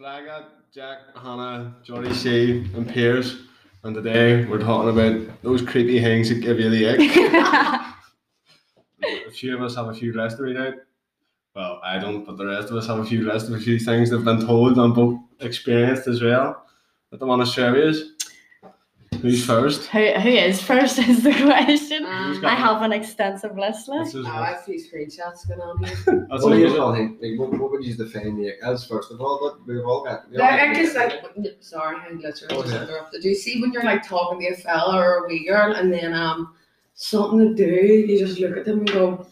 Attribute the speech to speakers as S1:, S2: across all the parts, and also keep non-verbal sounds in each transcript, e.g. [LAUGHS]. S1: got Jack, Hannah, Johnny C, and Piers, and today we're talking about those creepy things that give you the ick. a few of us have a few rest of night. Well, I don't, but the rest of us have a few rest of a few things they've been told and both experienced as well. That they want to share with us. Who's first?
S2: Who, who is first is the question.
S1: Who's
S3: Um,
S1: got
S2: I have an extensive
S1: That's
S2: list. Like.
S1: his-
S3: oh, I have a few screenshots going on here.
S1: that's
S4: What do
S1: his-
S4: you all think? Like, what, what would you define the as first of all? What we've all got. we all
S3: Like,
S4: got-
S3: I just like, n- sorry, I literally
S4: Oh,
S3: just
S4: yeah.
S3: interrupted. Do you see when you're like talking to a fella or a wee girl and then um something to do, you just look at them and go,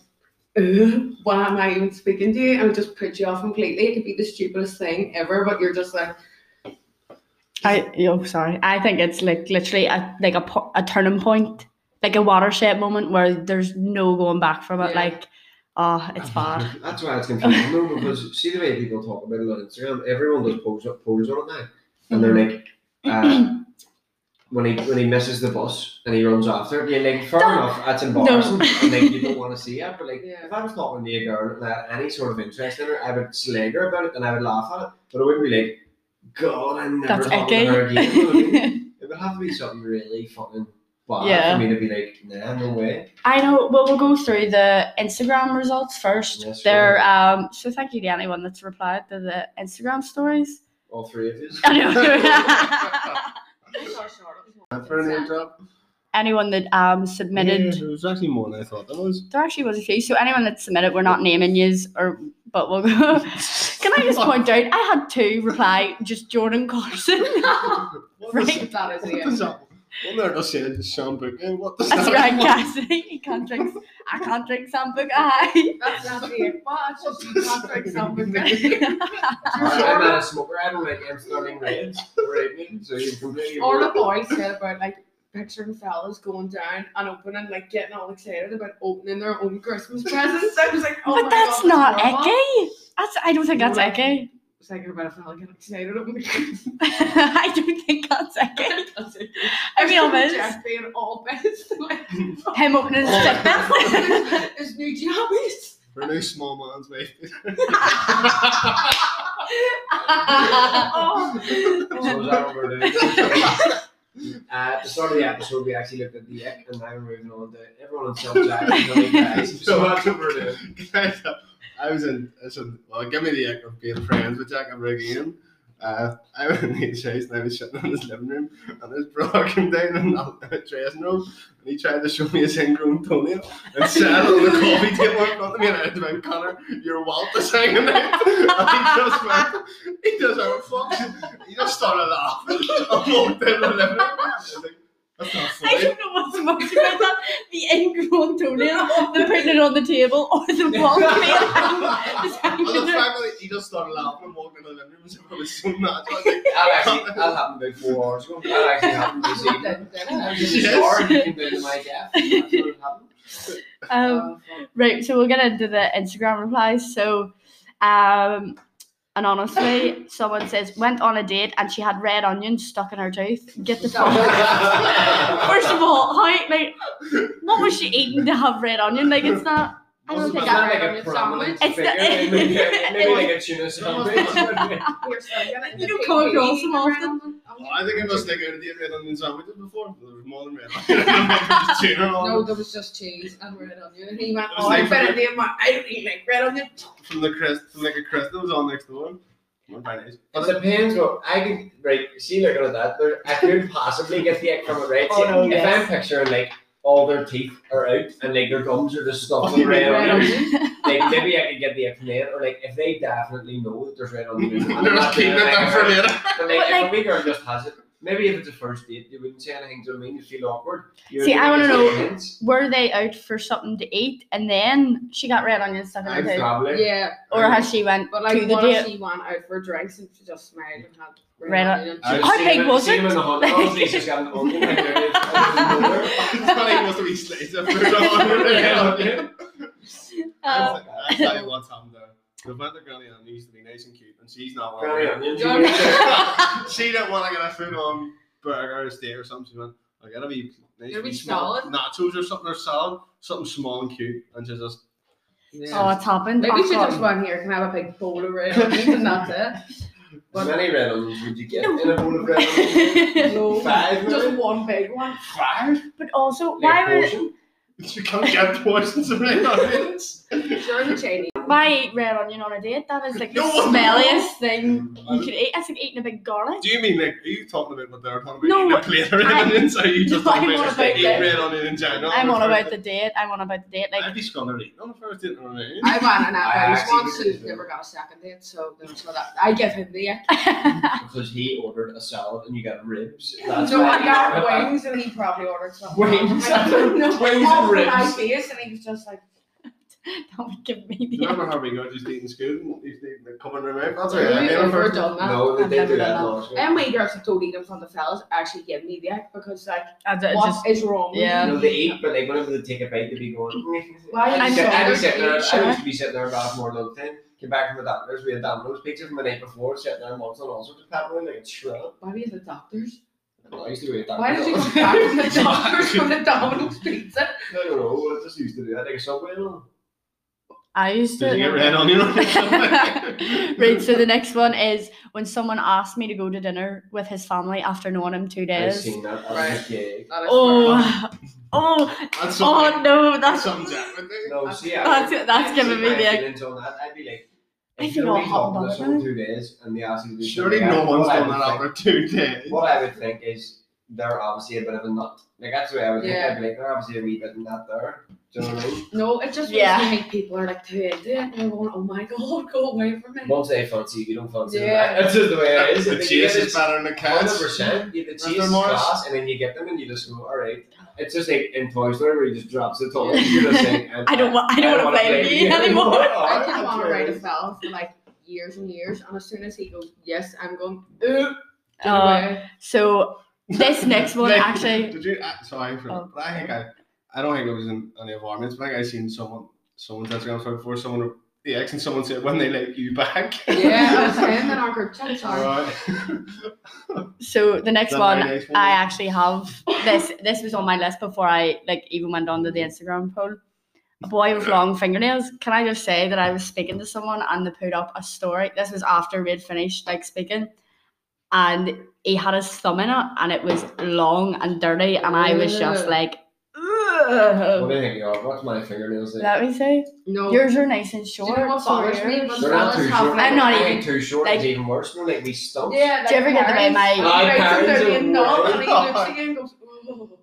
S3: Ugh, why am I even speaking to you? And it just puts you off completely. It could be the stupidest thing ever, but you're just [LAUGHS] like,
S2: I oh sorry. I think it's like literally a like a po- a turning point, like a watershed moment where there's no going back from it.
S3: Yeah.
S2: Like, oh, it's bad.
S4: That's why it's confusing though, because see the way people talk about it on Instagram, everyone does polls, polls on it now, and they're like, uh, when he when he misses the bus and he runs after it, you're like, fair
S2: Don't-
S4: enough, that's embarrassing,
S2: No.
S4: and like you don't want to see it, but like,
S3: Yeah.
S4: if I was talking to a girl and I had any sort of interest in her, I would slag her about it and I would laugh at it, but I wouldn't be like, God, I'm [LAUGHS] never
S2: That's
S4: talking to her again. you know what I mean?
S2: icky.
S4: it would have to be something really fucking bad
S2: Yeah.
S4: for me to be like, nah, no way.
S2: [LAUGHS] I know. Well, we'll go through the Instagram results first.
S4: Yes,
S2: They're um. So thank you to anyone that's replied to the Instagram stories. [LAUGHS]
S4: All three of us.
S2: I
S4: [LAUGHS]
S2: know.
S3: [LAUGHS]
S1: And for an interrupt.
S2: anyone that um submitted.
S1: Yeah, it was actually more than I thought there was.
S2: There actually was a few. So anyone that submitted, we're not naming yous, or but we'll go. [LAUGHS] Can I just point out? I had two reply. Just Jordan Carson. [LAUGHS]
S3: What
S2: Right.
S3: is
S1: [LAUGHS]
S3: that is
S1: What
S3: it.
S1: does that? One there just said Sean Brooklyn. What does
S2: That's
S1: that?
S2: right, Cassidy. He can't drink. I can't drink something. I. [LAUGHS]
S3: That's that's it. Well, it's just you can't drink [LAUGHS] something.
S4: I'm not a smoker. I don't like I'm starting raids or evening, so you're completely.
S3: All the boys
S1: [LAUGHS]
S3: said about like picturing fellas going down and opening, like getting all excited about opening their
S1: [LAUGHS]
S3: own Christmas presents. I was like, oh
S2: but
S3: my
S2: that's
S3: God,
S2: not
S3: horrible.
S2: Eke. That's. I don't think that's
S3: No.
S2: Eke.
S3: I was thinking about a fella getting excited over the Christmas.
S2: [LAUGHS] I don't think that's Eke.
S3: [LAUGHS]
S2: I mean, almost
S3: Jack being all [LAUGHS] best. like,
S2: him opening his fitness.
S3: his new jammies.
S1: For no small man's way.
S3: oh.
S4: So is that what we're doing? Uh, at the start of the episode, we actually looked at the ick, and now we're moving on to everyone in self-jack. and the guys.
S1: [LAUGHS]
S4: So that's what we're doing.
S1: Guys, uh, I was in, I said, well, give me the act of being friends with Jack and
S4: [LAUGHS]
S1: Regan. Uh, I went in his house and I was sitting in his living room and his bra came down in the dressing room and he tried to show me his ingrown toenail and sat on
S4: [LAUGHS]
S1: the coffee table in front of me and I had to went, Connor, your walt is hanging out. [LAUGHS] And he just went, he just went, fuck. He just started laughing [LAUGHS] and walked in the living room. I was like, that's not
S2: [LAUGHS] I
S1: funny.
S2: don't know what's most about that. The ingrown toenail, the putting it on the table, or the
S3: [LAUGHS]
S2: wall [LAUGHS] is
S1: And the
S2: [LAUGHS] hanging out.
S1: fact that he just started laughing and walking in the living room was- it was so natural. I was like,
S4: That actually that happened about four hours ago. That actually happened this evening. That was in the
S1: Yes.
S4: car, and you came down to my death. That's what happened.
S2: Um, Right, so we'll get into the Instagram replies. So, um, and honestly, someone says went on a date and she had red onions stuck in her tooth. Get the fuck. [LAUGHS] First of all, how like what was she eating to have red onion? Like it's not. I don't
S4: Wasn't
S2: think
S4: that
S2: I.
S4: like a
S3: remember
S4: prominent
S2: sandwich.
S4: figure? Maybe maybe
S2: [LAUGHS]
S4: like a tuna sandwich.
S2: You don't come across them
S1: Well, "Oh, I think I must take out of the red onion sandwiches before. There was more than [LAUGHS] red onion. Just tuna
S3: No,
S1: on
S3: there was just cheese and red onion. And he went,
S1: Oh. It was
S3: oh, I
S1: like-
S3: better name my, I don't eat like red onion.
S1: from the crest, from like a crest that was on next door. Not very nice.
S4: It
S1: But
S4: depends what I can right see looking at that there, I could possibly get the egg from it right.
S2: Oh,
S4: See,
S2: no,
S4: if
S2: yes.
S4: I'm picturing like all their teeth are out and like their gums are just
S2: [LAUGHS]
S4: stuffed with red
S3: Red
S4: on
S3: onion.
S4: like maybe I could get the egg from there or like if they definitely know that there's red on
S2: [LAUGHS]
S4: the
S1: [LAUGHS] then they're just keeping it there for later.
S4: But
S2: But,
S4: like,
S2: like-
S4: if a wee girl just has it, maybe if it's a first date, you wouldn't say anything to me, you feel awkward. You
S2: See,
S4: would
S2: I wanna
S4: just
S2: know-
S4: give hints.
S2: Were they out for something to eat and then she got red onions stuck in her tooth,
S4: Probably.
S3: Yeah,
S2: or has she went
S3: but
S2: to
S3: like
S2: the
S3: what if
S2: date?
S3: she went out for drinks and she just smiled and had red,
S2: Red on-
S3: onion?
S4: I've
S2: How
S4: seen
S2: big
S4: him-
S2: was
S4: seen him
S2: it?
S4: in the hot dogs, he's just got an onion like, there.
S1: It's funny, it must have been slaves that put it on the red [LAUGHS]
S4: [LAUGHS]
S1: onion.
S2: Um,
S3: Uh,
S1: I'll tell you what's happened there. The vendor granny Anne used to be nice and cute, and she's not one.
S4: Granny onions, you
S3: Granny-
S4: would say.
S1: she didn't want to get a food on burger or steak or something. She went, I gotta be nice,
S3: Gotta be
S1: wee small
S3: solid.
S1: nachos or something or salad, something small and cute, and she just
S2: oh, it's happened.
S3: Maybe
S2: Oh,
S3: she
S2: God. [LAUGHS]
S3: just went here, can I have a big bowl of red onions and that's it.
S4: How many red onions would you get in a bowl of red onions?
S2: but
S3: No, [LAUGHS]
S4: Five,
S3: just
S4: maybe?
S3: one big one.
S4: Five?
S2: also,
S4: Like
S2: why would
S4: portion?
S1: You can't get portions of red onions.
S3: Sure, the Chinese.
S2: why eat red onion on a date? That is
S3: [LAUGHS]
S2: like the
S1: No, what the-
S2: smelliest thing
S4: Mm.
S2: you could eat. That's like eating a big garlic.
S1: Do you mean like, are you talking about what they're talking about?
S2: No,
S1: eating a plate of red
S2: I-
S1: onions?
S2: [LAUGHS]
S1: Or are you just
S2: No,
S1: talking
S2: I'm
S1: about
S2: on
S1: just
S2: about
S1: eating
S2: red-
S1: red onion in general?
S2: I'm on about
S1: the.
S2: the date. I'm on about the date. Like
S1: [LAUGHS]
S2: [LAUGHS]
S1: I'd be scolded eating on the first date. or anything.
S3: I ran an
S4: I
S3: out
S4: actually
S3: once
S4: did.
S3: and never got a second date, so there was no that. I give him the ick.
S4: Because he ordered a salad and you got ribs. That's
S3: Ah. No,
S4: why
S3: I
S4: you
S3: got
S4: [LAUGHS]
S3: wings and he probably ordered something.
S4: Wings.
S3: I don't know.
S4: [LAUGHS] Wings and
S3: Off My
S4: ribs.
S3: face and he was just like,
S2: that would give me
S1: Do
S2: the.
S1: you
S2: [LAUGHS]
S1: remember how we got just eating school? Used to eat the common room out. That's
S3: "Have
S1: right. I
S3: you
S1: mean, on
S3: ever
S1: first
S3: done that?
S4: No,
S2: I've
S4: they did
S2: never
S4: do
S2: done
S4: that
S2: that.
S4: last week.
S3: And we girls that don't eat in front of fellas actually give me the ick because like,
S2: I
S3: what
S2: d-
S3: is
S2: just
S3: wrong with
S2: yeah.
S4: You
S3: you?
S4: know, they eat, but like whenever they take a bite, they be going. "Mm,
S3: Why
S4: I'd
S2: I'm
S4: be sit- I'd be
S3: sorry.
S4: sitting there.
S2: Sure.
S4: I used to be sitting there about more little thing. Came back from the doctor's, we had Domino's pizza from the night before, sitting there munching on all sorts of pepperoni like a shrimp.
S3: Why do you the doctors?
S4: I used to do it.
S3: Why did you come back
S4: [LAUGHS]
S3: from the doctors from the Domino's pizza?
S4: I don't know. I just used to do that like a subway. No?
S2: I used
S1: Did you get
S2: to. [LAUGHS]
S1: red onion on
S2: right, so the next one is when someone asked me to go to dinner with his family after knowing him two
S4: I've
S2: days.
S4: seen that. I
S3: Right.
S4: was gay.
S3: That is
S2: Oh, [LAUGHS] oh,
S1: [LAUGHS] That's something.
S2: oh no,
S1: that's
S2: that's
S1: something Jack would do.
S4: No, see, I
S2: that's
S4: would-
S2: that's
S4: I'd
S2: giving
S4: see
S2: me
S4: my
S2: the.
S4: feelings on that. I'd be like,
S2: I
S4: if
S2: feel
S4: you're
S2: all
S4: only
S2: hot
S4: talking
S2: about
S4: to someone
S2: that.
S4: two days and they ask you to do
S1: Surely
S4: something,
S1: no
S4: what
S1: one's
S4: I
S1: done
S4: would
S1: that
S4: think-
S1: after two
S4: [LAUGHS]
S1: days.
S4: What I would think is they're obviously a bit of a nut. Like that's the way I would
S3: Yeah.
S4: think. I'd be like, they're obviously a wee bit nut there. Do you know what I mean?
S3: No, it just
S2: Yeah.
S3: makes me think people are like too into it. They're going, oh my god, go away from me.
S4: Once they fancy you, you don't fancy
S3: Yeah.
S4: them. [LAUGHS] That's just the way it is.
S1: The chase is better than the
S4: Hundred
S1: catch.
S4: percent. You the
S1: Is
S4: cheese
S1: there more?
S4: class, and then you get them, and you just go, all right. It's just like in Toy Story where he just drops the toy.
S2: [LAUGHS]
S4: You're just saying,
S2: I don't want. I don't want to
S4: wanna
S2: play with
S4: [LAUGHS]
S2: you anymore.
S3: I
S4: Alright,
S3: didn't want to
S4: okay.
S3: write a fell for like years and years, and as soon as he goes, yes, I'm going, Ooh, get
S2: Uh, [LAUGHS]
S3: away.
S2: so this next one
S1: Like,
S2: actually.
S1: Did you? Uh, sorry for.
S2: Oh.
S1: But I think I. I don't think it was in any of our mates, but I think I seen someone, someone's Instagram story before someone, the ex, and someone said when they let you
S2: [LAUGHS]
S1: back.
S3: Yeah, I
S1: [LAUGHS]
S3: was saying that our group chat, sorry.
S1: Right.
S2: So the next
S1: That
S2: one
S1: very next one.
S2: I actually have this. This was on my list before I like even went on to the Instagram poll. A boy with long fingernails. Can I just say that I was speaking to someone and they put up a story. This was after we had finished like speaking, and he had his thumb in it, and it was long and dirty, and I was just
S3: Ugh.
S2: like,
S4: What
S2: Ugh.
S4: do you think? Of? What's my fingernails like?
S2: let me see.
S3: No,
S2: Yours are nice and
S3: do you
S2: short.
S3: know what
S2: so are
S3: bothers me?
S2: yours.
S3: When
S4: They're not
S3: fellas
S4: too
S3: have
S4: short.
S3: like,
S2: I'm not even-
S4: think too short
S2: like-
S4: is even worse. They're like we stumps.
S3: Yeah,
S2: Do you ever get the way my-
S3: My
S4: My parents are
S3: and not, and he
S4: weird.
S3: looks at you and goes, "Ooh."
S2: do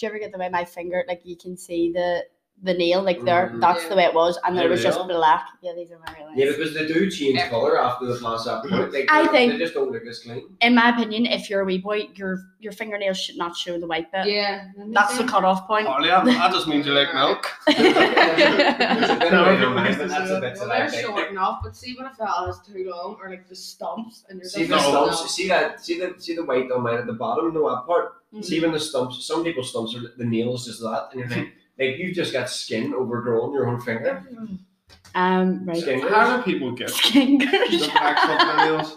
S2: you ever get the way my finger like you can see the the nail like there
S4: Mhm.
S2: that's
S3: Yeah.
S2: the way it was and there
S4: There
S2: was
S4: we
S2: just
S4: are.
S2: black yeah these are my
S4: Yeah,
S2: real ones.
S4: because they do change
S3: Yeah.
S4: colour after the pass up point. Like,
S2: I
S4: they-
S2: think-
S4: they just don't look
S2: [LAUGHS]
S4: as clean.
S2: in my opinion if you're a wee boy your your fingernails should not show the white bit
S3: Yeah,
S2: that's the cutoff
S1: [LAUGHS]
S2: point
S1: Harley, that that just means you like milk.
S4: There's a bit
S1: No,
S4: of it
S1: no,
S4: on mine,
S1: no,
S4: but that's
S1: no.
S4: the bits
S3: Well,
S4: that I
S3: they're
S4: think.
S3: short enough, but see when a fella has too long or like the stumps and you're
S4: See
S3: just
S4: the
S1: No.
S3: like,
S4: stumps.
S3: "No."
S4: See that. See the. See the white on mine at the bottom. No, that part.
S3: "Oh, Mm-hmm. hmm,
S4: See even the stumps. Some people's stumps are the nails just that, and you're like, like you've just got skin overgrown your own finger.
S2: um right
S4: Skin.
S1: How do people get the
S2: fingers
S1: back fingernails?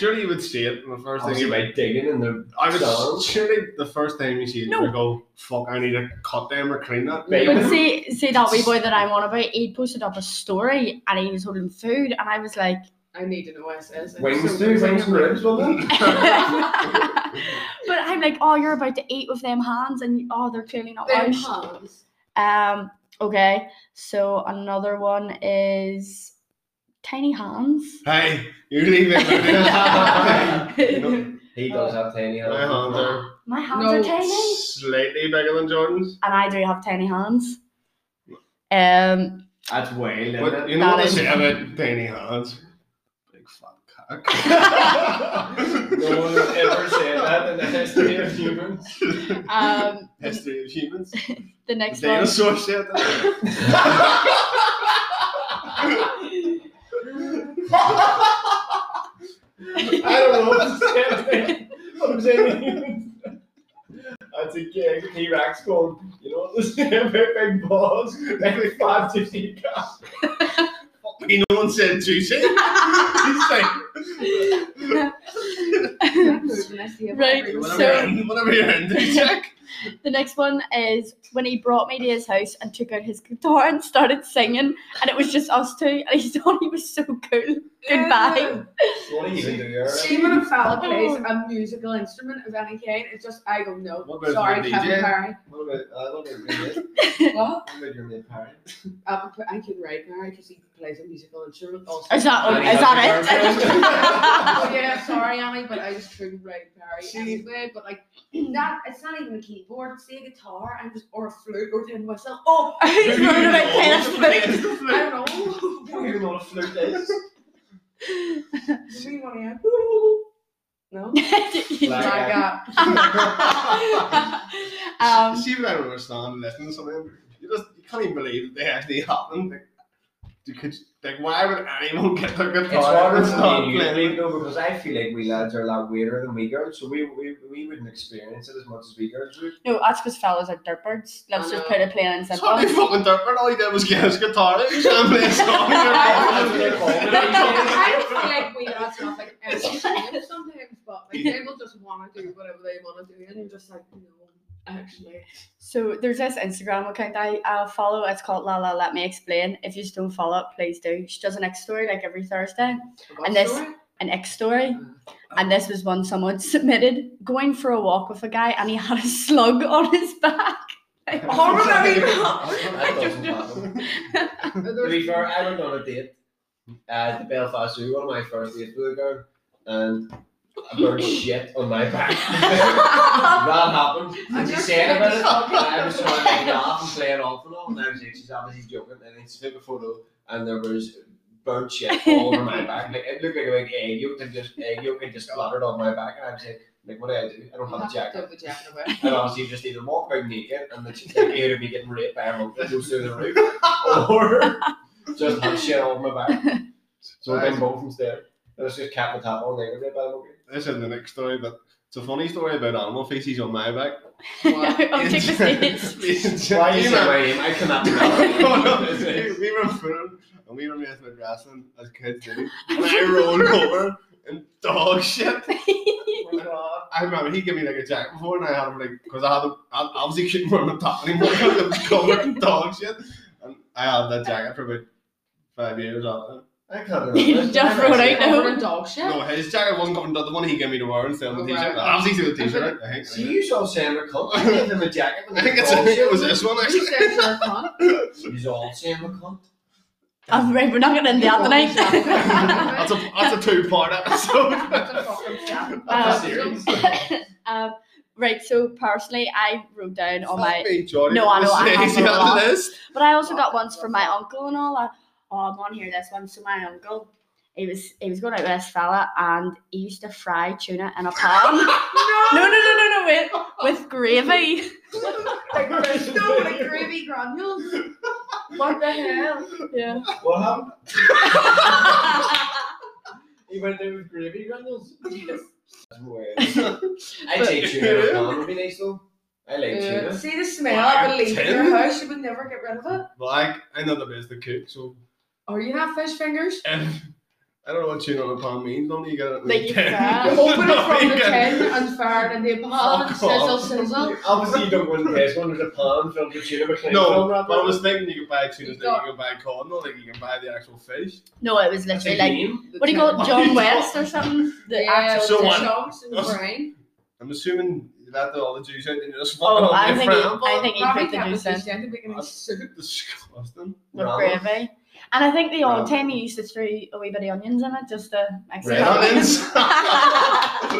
S1: Surely you would see it when the first thing
S4: Obviously
S1: you
S4: by digging in the
S1: I would
S4: So-
S1: surely the first time you see it,
S2: No.
S1: you go, "Fuck! I need to cut them or clean that."
S4: Right.
S2: [LAUGHS] but see see that wee boy that I'm on about he posted up a story and he was holding food and I was like [LAUGHS]
S3: I need to know what it says. It's
S4: [LAUGHS]
S3: so
S4: wings too.
S3: weird.
S4: Wings and ribs, wasn't
S3: [LAUGHS]
S4: it?
S2: but I'm like oh you're about to eat with them hands and oh they're clearly not
S3: Them
S2: washed
S3: hands.
S2: Um. Okay. So another one is tiny
S1: [LAUGHS]
S2: hands.
S1: [LAUGHS] hey, you're leaving.
S2: [LAUGHS]
S1: My
S2: My
S4: He does have tiny hands.
S1: hands are
S2: hands
S3: No.
S2: are tiny,
S1: slightly bigger than Jordan's.
S2: and I do have tiny hands. Um.
S4: That's wild. isn't
S1: But
S4: it?
S1: you know what
S2: That
S1: they
S2: is-
S1: say about tiny hands? Big fat cock.
S4: No one
S2: [LAUGHS]
S4: has ever said that in the history of humans.
S2: Um. The,
S1: History of humans.
S2: the
S1: The
S2: next [LAUGHS]
S1: [LAUGHS]
S2: one.
S1: dinosaur said that.
S4: I don't know what to
S3: [LAUGHS]
S4: say. man. What I'm saying is- That's a gig. T Rex going, you know [LAUGHS] what this is? Big, big balls, big five to see cats.
S1: You know one said
S2: [LAUGHS]
S1: juicy. He's like,
S3: Moving, I see it
S2: Right,
S3: everywhere.
S1: whatever
S2: So- [LAUGHS]
S1: you're
S3: [LAUGHS]
S1: in, whatever you're in, do check.
S2: The next one is when he brought me to his house and took out his guitar and started singing, and it was just us two, and he [LAUGHS] thought he was so cool. Goodbye. Oh.
S5: What do you even do here?
S3: See when a fella plays a musical instrument of any kind, it's just I don't know.
S1: What about
S3: Sorry,
S1: the
S3: Kevin
S1: DJ?
S3: Parry.
S4: What about, uh, what about your mate?
S3: What?
S4: What about your mate, Parry?
S3: Um, but I can write Parry because he plays a musical instrument. Also.
S2: Is that,
S4: Annie
S2: is that
S3: oh yeah, sorry, Annie, but I just couldn't write Parry
S4: See-
S3: anyway. But like that, it's not even a keyboard. Say a guitar and just or a flute or tin whistle. Oh,
S2: it? [LAUGHS] He's worried about
S1: [LAUGHS]
S2: tennis flute.
S3: I [LAUGHS] don't know.
S5: You know what a flute is?
S3: We want to. [LAUGHS]
S2: [LAUGHS]
S3: No.
S5: Like,
S3: Like
S4: [LAUGHS]
S3: uh,
S2: [LAUGHS] um,
S1: See if I don't understand listening to something. You just you can't even believe they actually happened. Like, you could, like why would anyone get their guitar
S4: It's harder
S1: and [LAUGHS]
S4: for
S1: start
S4: me and you
S1: playing?
S4: leave though because I feel like we lads are a lot weirder than we girls, so we, we, we wouldn't experience it as much as we girls would.
S2: no, that's because fellas are dirtbirds. Let's
S3: I
S2: just
S3: know.
S2: put it plain and simple.
S1: Sorry, fucking Dirtbird. All he did was get his guitar out and play
S3: [LAUGHS]
S1: a song. You're fucking-
S3: I don't feel like we are not like entertained sometimes, but like they will just want to do whatever they want to do, and you're just like, no, actually.
S2: So there's this Instagram account I uh, follow. It's called La La Let Me Explain. If you just don't follow it, please do. She does an X story like every Thursday, And this-
S3: Sorry?
S2: an X story. And this was one someone [LAUGHS] submitted going for a walk with a guy and he had a slug on his back.
S1: [LAUGHS]
S2: Like,
S1: Oh,
S3: Horrible, [LAUGHS]
S2: [LAUGHS]
S3: I mean,
S4: That doesn't happen. To be
S3: There's- [LAUGHS]
S4: fair, I went on a date uh, to Belfast Zoo, one of my first dates with a girl, and I burned shit on my
S2: [LAUGHS]
S4: back. that happened. And she said about it, and I was trying
S3: [LAUGHS]
S4: to make it off and play it off and all, and I was like, she's obviously joking, and then she took a photo, and there was burnt shit all over my back. Like, it looked like a big egg yolk, and just egg yolk, and just splattered on my back, and I was like, like, what do I do? I don't
S3: You
S4: have
S3: have
S4: a
S3: to
S4: jacket.
S3: throw the jacket
S4: [LAUGHS]
S3: away.
S4: And obviously, you just either walk out naked and the hear of me getting raped by a monkey goes through the roof, or just have shit all over my back. So I've been both instead. I was just cat the tap all naked raped by a monkey.
S1: This is the next story, but it's a funny story about animal feces on my
S3: [LAUGHS]
S1: back.
S2: I'll
S1: [LAUGHS]
S2: take the stage.
S1: stage.
S4: Why
S1: [LAUGHS]
S4: you say my name? I cannot remember. It's-
S1: we,
S4: it's-
S1: we were fooling and we were messing with wrestling as kids did. And
S3: [LAUGHS]
S1: I rolled over and dog shit.
S3: Oh my God.
S1: I remember he gave me like a jacket before and I had him like because I had a, I obviously couldn't wear my top anymore because it was covered in dog shit. And I had that jacket for about five years after.
S2: [LAUGHS]
S4: I can't
S2: You
S4: remember.
S2: just wrote out
S4: it.
S2: No.
S3: Covered in dog shit.
S1: No, his jacket wasn't covered. The one he gave me to wear instead of the
S3: Oh,
S1: t-shirt.
S3: right.
S1: Obviously, the t-shirt. I think.
S4: See, you saw Sam McCullough. I gave him a jacket.
S1: [LAUGHS] I think it's,
S2: Oh,
S1: I think it was this one
S3: You
S1: actually.
S3: said you're a cunt.
S4: He's all Sam McCullough.
S2: I'm right, we're not going to end the other
S1: [LAUGHS]
S2: night.
S1: that's a that's a two-part
S2: [LAUGHS]
S1: episode.
S3: That's a fucking jacket.
S1: That's
S2: Um,
S1: a
S2: [LAUGHS]
S1: series.
S2: [LAUGHS] um, right, so personally, I wrote down on my
S1: Me, Johnny,
S2: No, I know, I
S1: Says he
S2: have a
S1: had
S2: lot.
S1: the list.
S2: But I also got ones from my uncle and all that. Oh, I'm on here this one. So my uncle, he was he was going out with this fella and he used to fry tuna in a
S3: [LAUGHS]
S2: pan. no, no, no, no, no, wait, with gravy. [LAUGHS]
S3: Like, there's no like gravy granules. What the hell?
S2: Yeah.
S4: What happened? He went there with gravy
S2: [LAUGHS]
S4: granules. That's weird.
S1: [LAUGHS]
S4: I take tuna.
S1: Yeah.
S4: That would be nice though. I like
S3: Uh,
S4: tuna.
S3: see the smell I would leave
S1: Tin?
S3: your house, you would never get rid of it.
S1: Well, I, I know the best the cook, so
S3: Are you not fish
S1: [LAUGHS]
S3: fingers?
S1: if, I don't know what tuna on a pan means. Normally you get it in
S2: Like
S1: the
S2: you
S1: tin.
S2: fry.
S1: [LAUGHS]
S3: You open it from the
S1: You get-
S3: tin and fire it in the pan and
S1: Fuck
S3: sizzle,
S1: off.
S3: sizzle.
S4: Obviously, you don't want this one. There's a pan filled with tuna.
S1: [LAUGHS]
S4: But
S1: No, but I was thinking you could buy tuna,
S3: You
S1: then you could buy cod, not like you can buy the actual fish.
S2: No, it was literally like what do you call it,
S3: [LAUGHS]
S2: John West or something? The
S3: yeah,
S2: actual
S1: so
S2: tin.
S1: what?
S3: chunks and brain.
S1: I'm assuming you let the all the juice out and you just fucking
S2: Oh,
S1: oh,
S2: I
S1: on
S2: think
S1: the
S2: he,
S1: frying
S2: I
S1: pan.
S2: think he
S3: Probably
S2: put the
S3: can't
S2: juice
S3: be
S2: in
S3: sustained to make any soup.
S1: [LAUGHS] Disgusting.
S2: with
S4: Ramen.
S2: gravy. And I think the old
S1: Ramen.
S2: time he used to throw a wee bit of onions in it just to extra.
S4: Red
S2: colour.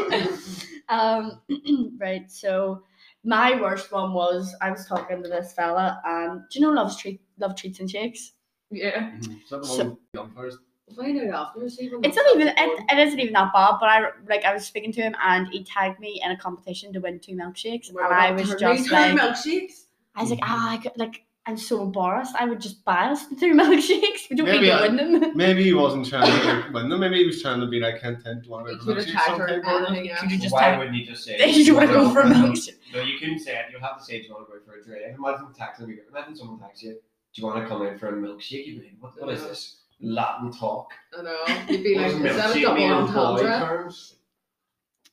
S1: onions.
S2: [LAUGHS] um, [CLEARS THROAT] right, so my worst one was I was talking to this fella, and do you know Love's treat, Love Treats and Shakes?
S3: Yeah.
S1: Something
S2: So-
S1: so, on first.
S3: Find out after. See when
S2: It's not even it, it isn't even that bad, but I like I was speaking to him and he tagged me in a competition to win two milkshakes,
S3: Well,
S2: and I
S3: that
S2: was
S3: turned
S2: just
S3: me into [LAUGHS]
S2: like,
S3: milkshakes.
S2: I was like, ah, I could, like I'm so embarrassed. I would just buy us the two [LAUGHS] milkshakes. We don't
S1: Maybe
S2: need to
S1: I- [LAUGHS]
S2: win them.
S1: Maybe he wasn't trying to like, win them. Maybe he was trying to be like content one
S3: Like,
S1: of
S3: you
S1: the
S3: would attack her
S1: something.
S3: and anything else.
S2: Could you just
S4: Why
S2: tag?
S4: wouldn't you
S2: [LAUGHS]
S4: just say?
S2: you want to go for a
S4: milk?
S2: milkshake?
S4: No, you couldn't say it. You'll have to say do you want to go for a drink. Imagine taxing you. Imagine someone tax you. Do you want to come in for a milkshake? You'd be like, what, what is this? Latin talk.
S3: I know. You'd be
S4: What
S3: like,
S4: does
S3: is that a
S4: milkshake mean
S3: double
S4: in boy
S3: entendre?
S4: terms?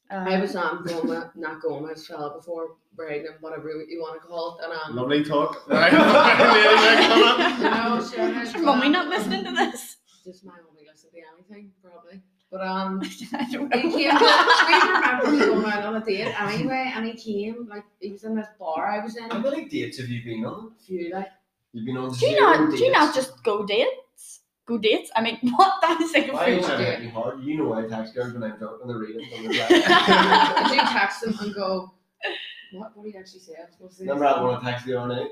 S3: I was um going with, not going with this fella before pregnant, whatever you want to call it, and um.
S1: Lovely talk. [LAUGHS] Right. Really good comment.
S3: [LAUGHS] No, sure.
S2: Is your mummy not listening to this?
S3: Does my only listen to anything? Probably. But um,
S2: I don't
S3: he came. we remember we going out on a date anyway, and he came like he was in this bar I was in.
S4: How many dates have you been on?
S3: few like [LAUGHS]
S4: You've been on
S2: Do you
S4: zero
S2: not? Do you not
S4: dates.
S2: just go dates? Go dates? I mean, [LAUGHS] what that is like a
S4: Why are you
S2: food
S4: trying to
S2: date.
S4: hit me hard? You know I text girls when I'm drunk and they
S2: [LAUGHS]
S4: read it. and they're like-
S3: I do text him and go, what? What do you actually say? I was supposed to say.
S4: Remember that one I texted you on
S2: Um,
S4: it?